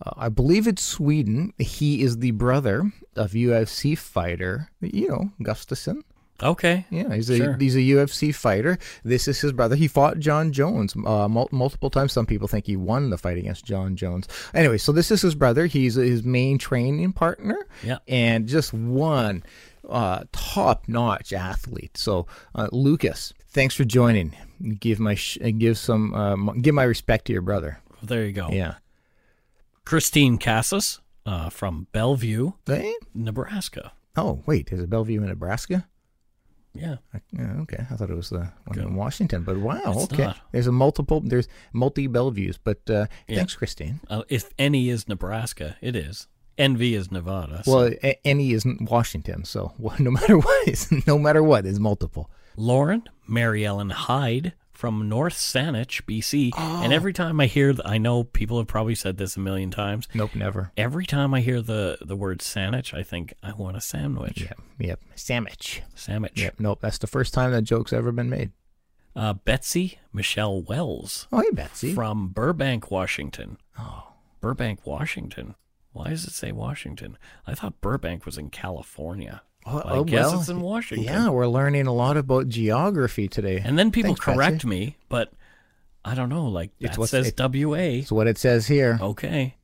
Speaker 3: uh, I believe it's Sweden. He is the brother of UFC fighter, you know, Gustafsson.
Speaker 2: Okay.
Speaker 3: Yeah, he's a
Speaker 2: Sure.
Speaker 3: he's a UFC fighter. This is his brother. He fought John Jones uh, mul- multiple times. Some people think he won the fight against John Jones. Anyway, so this is his brother. He's his main training partner.
Speaker 2: Yeah.
Speaker 3: and just one uh, top notch athlete. So uh, Lucas, Thanks for joining. Give my sh- give some uh, give my respect to your brother.
Speaker 2: There you go.
Speaker 3: Yeah.
Speaker 2: Christine Cassis uh, from Bellevue, Nebraska.
Speaker 3: Oh wait, is it Bellevue in Nebraska?
Speaker 2: Yeah.
Speaker 3: I- yeah, okay. I thought it was the one in Washington, but wow,
Speaker 2: It's
Speaker 3: okay.
Speaker 2: not.
Speaker 3: There's a multiple. There's multi Bellevues, but uh,
Speaker 2: Yeah.
Speaker 3: thanks, Christine.
Speaker 2: Uh, if any is Nebraska, it is. NV is Nevada. so-
Speaker 3: Well, a- any isn't Washington, so *laughs* well, no matter what, it's, no matter what, there's multiple.
Speaker 2: Lauren, Mary Ellen Hyde from North Saanich, BC.
Speaker 3: Ah.
Speaker 2: And every time I hear, the, I know people have probably said this a million times.
Speaker 3: Nope, never.
Speaker 2: Every time I hear the, the word Saanich, I think, I want a sandwich.
Speaker 3: Yep, yep. Sandwich.
Speaker 2: Sandwich.
Speaker 3: Yep, nope. That's the first time that joke's ever been made.
Speaker 2: Uh, Betsy Michelle Wells.
Speaker 3: Oh, hey, Betsy.
Speaker 2: From Burbank, Washington. Oh. Burbank, Washington. Why does it say Washington? I thought Burbank was in California. Well, I guess it's in Washington.
Speaker 3: oh, Yeah, we're learning a lot about geography today.
Speaker 2: And then people
Speaker 3: Thanks,
Speaker 2: correct
Speaker 3: Betsy.
Speaker 2: me, but I don't know. Like
Speaker 3: It's
Speaker 2: that
Speaker 3: what's-
Speaker 2: says
Speaker 3: it-
Speaker 2: WA.
Speaker 3: It's what it says here.
Speaker 2: Oh. Okay.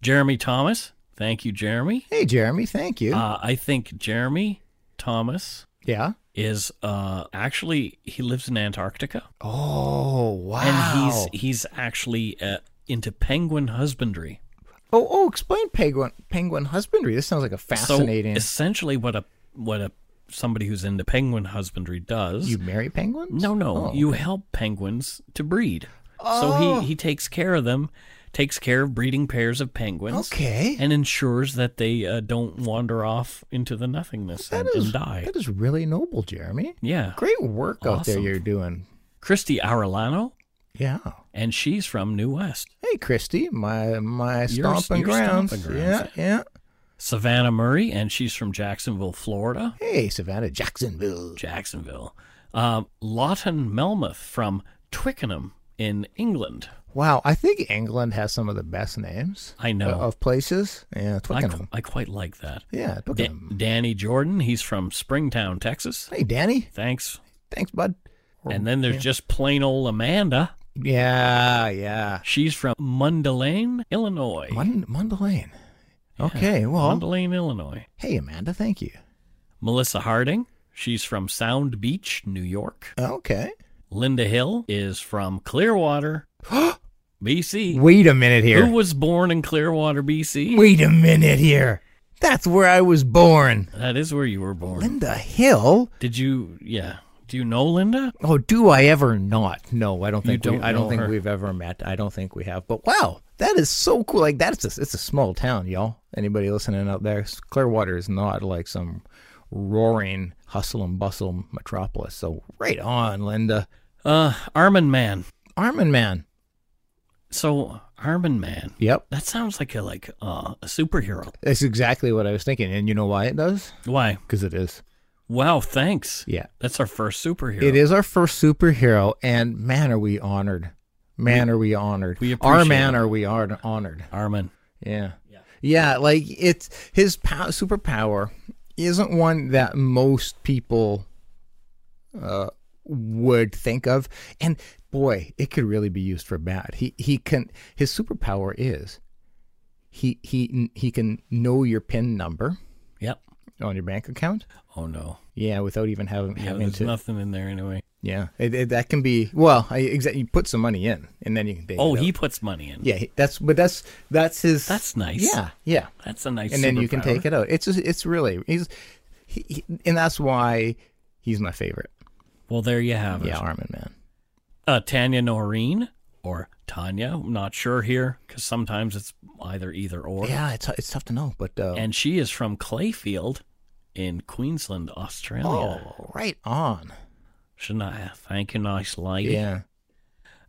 Speaker 2: Jeremy Thomas. Thank you, Jeremy.
Speaker 3: Hey, Jeremy. Thank you.
Speaker 2: Uh, I think Jeremy Thomas
Speaker 3: yeah.
Speaker 2: is uh, actually he lives in Antarctica,
Speaker 3: Oh wow.
Speaker 2: and he's he's actually uh, into penguin husbandry.
Speaker 3: oh oh. Explain penguin penguin husbandry. This sounds like a fascinating.
Speaker 2: So essentially, what a what a somebody who's into penguin husbandry does.
Speaker 3: you marry penguins?
Speaker 2: no, no,
Speaker 3: Oh.
Speaker 2: you help penguins to breed. So
Speaker 3: Oh.
Speaker 2: he he takes care of them, takes care of breeding pairs of penguins.
Speaker 3: Okay.
Speaker 2: And ensures that they uh, don't wander off into the nothingness
Speaker 3: That
Speaker 2: and,
Speaker 3: is
Speaker 2: and die.
Speaker 3: that is really noble, Jeremy.
Speaker 2: Yeah.
Speaker 3: Great work out there
Speaker 2: Awesome.
Speaker 3: you're doing.
Speaker 2: Christy Arellano,
Speaker 3: Yeah.
Speaker 2: and she's from New West.
Speaker 3: Hey, Christy, my my
Speaker 2: Your-
Speaker 3: stomping,
Speaker 2: your
Speaker 3: grounds.
Speaker 2: stomping
Speaker 3: Yeah,
Speaker 2: grounds.
Speaker 3: yeah.
Speaker 2: Savannah Murray, and she's from Jacksonville, Florida.
Speaker 3: Hey, Savannah Jacksonville.
Speaker 2: Jacksonville. Um, Lawton Melmoth from Twickenham in England.
Speaker 3: Wow, I think England has some of the best names.
Speaker 2: I know.
Speaker 3: uh, of places. Yeah,
Speaker 2: I,
Speaker 3: Twickenham.
Speaker 2: qu- I quite like that.
Speaker 3: Yeah,
Speaker 2: Da-
Speaker 3: Twickenham.
Speaker 2: Danny Jordan, he's from Springtown, Texas.
Speaker 3: Hey, Danny.
Speaker 2: Thanks.
Speaker 3: Thanks, bud.
Speaker 2: And then there's
Speaker 3: Oh, yeah.
Speaker 2: just plain old Amanda.
Speaker 3: Yeah, yeah.
Speaker 2: She's from Mundelein, Illinois.
Speaker 3: Mund- Mundelein.
Speaker 2: Yeah,
Speaker 3: Okay, well,
Speaker 2: Mundelein, Illinois.
Speaker 3: hey, Amanda, thank you.
Speaker 2: Melissa Harding, she's from Sound Beach, New York.
Speaker 3: Okay.
Speaker 2: Linda Hill is from Clearwater, BC.
Speaker 3: *gasps* Wait a minute here.
Speaker 2: Who was born in Clearwater, BC?
Speaker 3: Wait a minute here. That's where I was born.
Speaker 2: That is where you were born.
Speaker 3: Linda Hill?
Speaker 2: Did you? Yeah. Do you know Linda?
Speaker 3: Oh, do I ever not? No, I don't
Speaker 2: You
Speaker 3: think we,
Speaker 2: don't
Speaker 3: I don't
Speaker 2: know
Speaker 3: think
Speaker 2: her.
Speaker 3: we've ever met. I don't think we have. But wow, that is so cool. Like that's a, it's a small town, y'all. Anybody listening out there? Clearwater is not like some roaring hustle and bustle metropolis. So right on, Linda.
Speaker 2: Uh, Armin Man.
Speaker 3: Armin Man.
Speaker 2: So Armin Man.
Speaker 3: Yep.
Speaker 2: That sounds like a like uh, a superhero.
Speaker 3: That's exactly what I was thinking. And you know why it does?
Speaker 2: Why?
Speaker 3: Because it is.
Speaker 2: Wow. Thanks.
Speaker 3: Yeah.
Speaker 2: That's our first superhero.
Speaker 3: It is our first superhero, and man, are we honored. Man, are we honored.
Speaker 2: we
Speaker 3: our
Speaker 2: appreciate
Speaker 3: man,
Speaker 2: it.
Speaker 3: are we hon- honored.
Speaker 2: Armin.
Speaker 3: Yeah. yeah. like it's his pow- superpower isn't one that most people uh, would think of. And boy, it could really be used for bad. He he can his superpower is he he he can know your pin number
Speaker 2: Yep.
Speaker 3: on your bank account.
Speaker 2: Oh no.
Speaker 3: Yeah, without even having
Speaker 2: Yeah.
Speaker 3: having
Speaker 2: There's
Speaker 3: to
Speaker 2: nothing in there anyway.
Speaker 3: yeah, it, it- that can be well. I, exactly, you put some money in, and then you can. take
Speaker 2: Oh,
Speaker 3: it out.
Speaker 2: he puts money in.
Speaker 3: Yeah, he- that's but that's that's his.
Speaker 2: That's nice.
Speaker 3: Yeah, yeah.
Speaker 2: That's a nice.
Speaker 3: and then you can take
Speaker 2: superpower.
Speaker 3: it out. It's just- it's really he's, he, he- and that's why he's my favorite.
Speaker 2: Well, there you have it.
Speaker 3: Yeah, Armin man.
Speaker 2: uh, Tanya Noreen or Tanya. I'm not sure here because sometimes it's either either or.
Speaker 3: Yeah, it's it's tough to know, but uh,
Speaker 2: And she is from Clayfield in Queensland, Australia.
Speaker 3: oh, right on.
Speaker 2: Shania, thank you, nice lady.
Speaker 3: Yeah,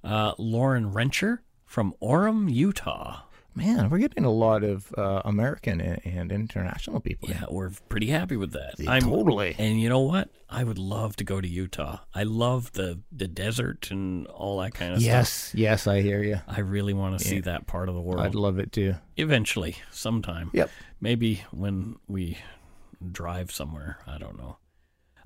Speaker 2: Uh, Lauren Rencher from Orem, Utah.
Speaker 3: man, we're getting a lot of uh, American and, and international people.
Speaker 2: Yeah, we're pretty happy with that.
Speaker 3: Yeah, totally.
Speaker 2: And you know what? I would love to go to Utah. I love the the desert and all that kind of stuff.
Speaker 3: Yes, yes, I hear you.
Speaker 2: I really want to see
Speaker 3: Yeah.
Speaker 2: that part of the world.
Speaker 3: I'd love it too.
Speaker 2: Eventually, sometime.
Speaker 3: Yep.
Speaker 2: Maybe when we drive somewhere. I don't know.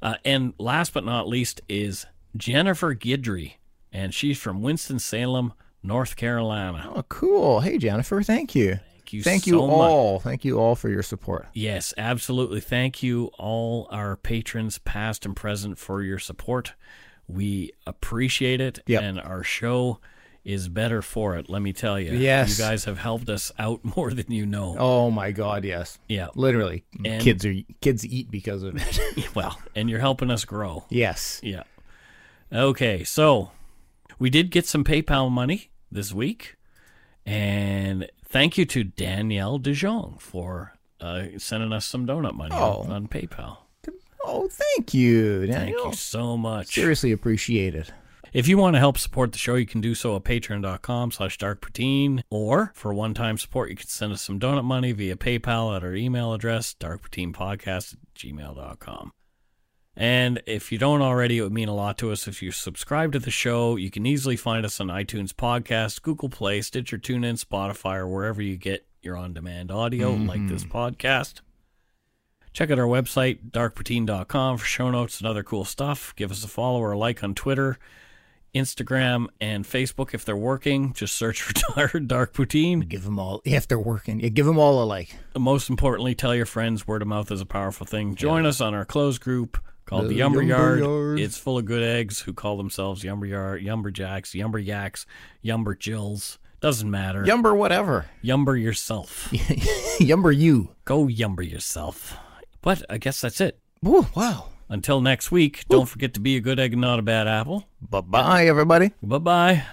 Speaker 2: Uh, and last but not least is Jennifer Guidry, and she's from Winston-Salem, North Carolina.
Speaker 3: Oh, cool. Hey, Jennifer, thank you.
Speaker 2: Thank you
Speaker 3: Thank
Speaker 2: so
Speaker 3: you
Speaker 2: much.
Speaker 3: all. Thank you all for your support.
Speaker 2: Yes, absolutely. Thank you, all our patrons, past and present, for your support. We appreciate it,
Speaker 3: Yep.
Speaker 2: and our show is better for it. Let me tell you.
Speaker 3: Yes.
Speaker 2: You guys have helped us out *laughs* more than you know.
Speaker 3: Oh my God, yes.
Speaker 2: Yeah.
Speaker 3: Literally,
Speaker 2: And-
Speaker 3: kids are kids eat because of
Speaker 2: *laughs*
Speaker 3: it.
Speaker 2: well, and you're helping us grow.
Speaker 3: Yes.
Speaker 2: Yeah. Okay, so we did get some PayPal money this week, and thank you to Danielle DeJong for uh, sending us some donut money on- on PayPal.
Speaker 3: Oh, thank you.
Speaker 2: Thank
Speaker 3: Daniel.
Speaker 2: you so much.
Speaker 3: Seriously appreciate it.
Speaker 2: If you want to help support the show, you can do so at patreon.com slash darkpoutine. Or for one-time support, you can send us some donut money via PayPal at our email address, darkpoutinepodcast at gmail.com. And if you don't already, it would mean a lot to us if you subscribe to the show. You can easily find us on iTunes Podcast, Google Play, Stitcher, TuneIn, Spotify, or wherever you get your on-demand audio like this podcast. Check out our website, darkpoutine.com, for show notes and other cool stuff. Give us a follow or a like on Twitter, Instagram, and Facebook if they're working. Just search for *laughs* Dark, dark Poutine.
Speaker 3: Give them all, if they're working, yeah, give them all a like.
Speaker 2: Most importantly, tell your friends. Word of mouth is a powerful thing. Join us on our closed group called
Speaker 3: The
Speaker 2: the, Yumber Yard.
Speaker 3: Yumberyard.
Speaker 2: It's full of good eggs who call themselves Yumber Yard, Yumberjacks, Yumberyaks, Yumberjills. Doesn't matter.
Speaker 3: Yumber whatever. *laughs*
Speaker 2: Yumber yourself.
Speaker 3: Yumber you.
Speaker 2: Go yumber yourself. But I guess that's it.
Speaker 3: Ooh, wow.
Speaker 2: Until next week, don't forget to be a good egg and not a bad apple.
Speaker 3: Bye bye, everybody.
Speaker 2: Bye bye.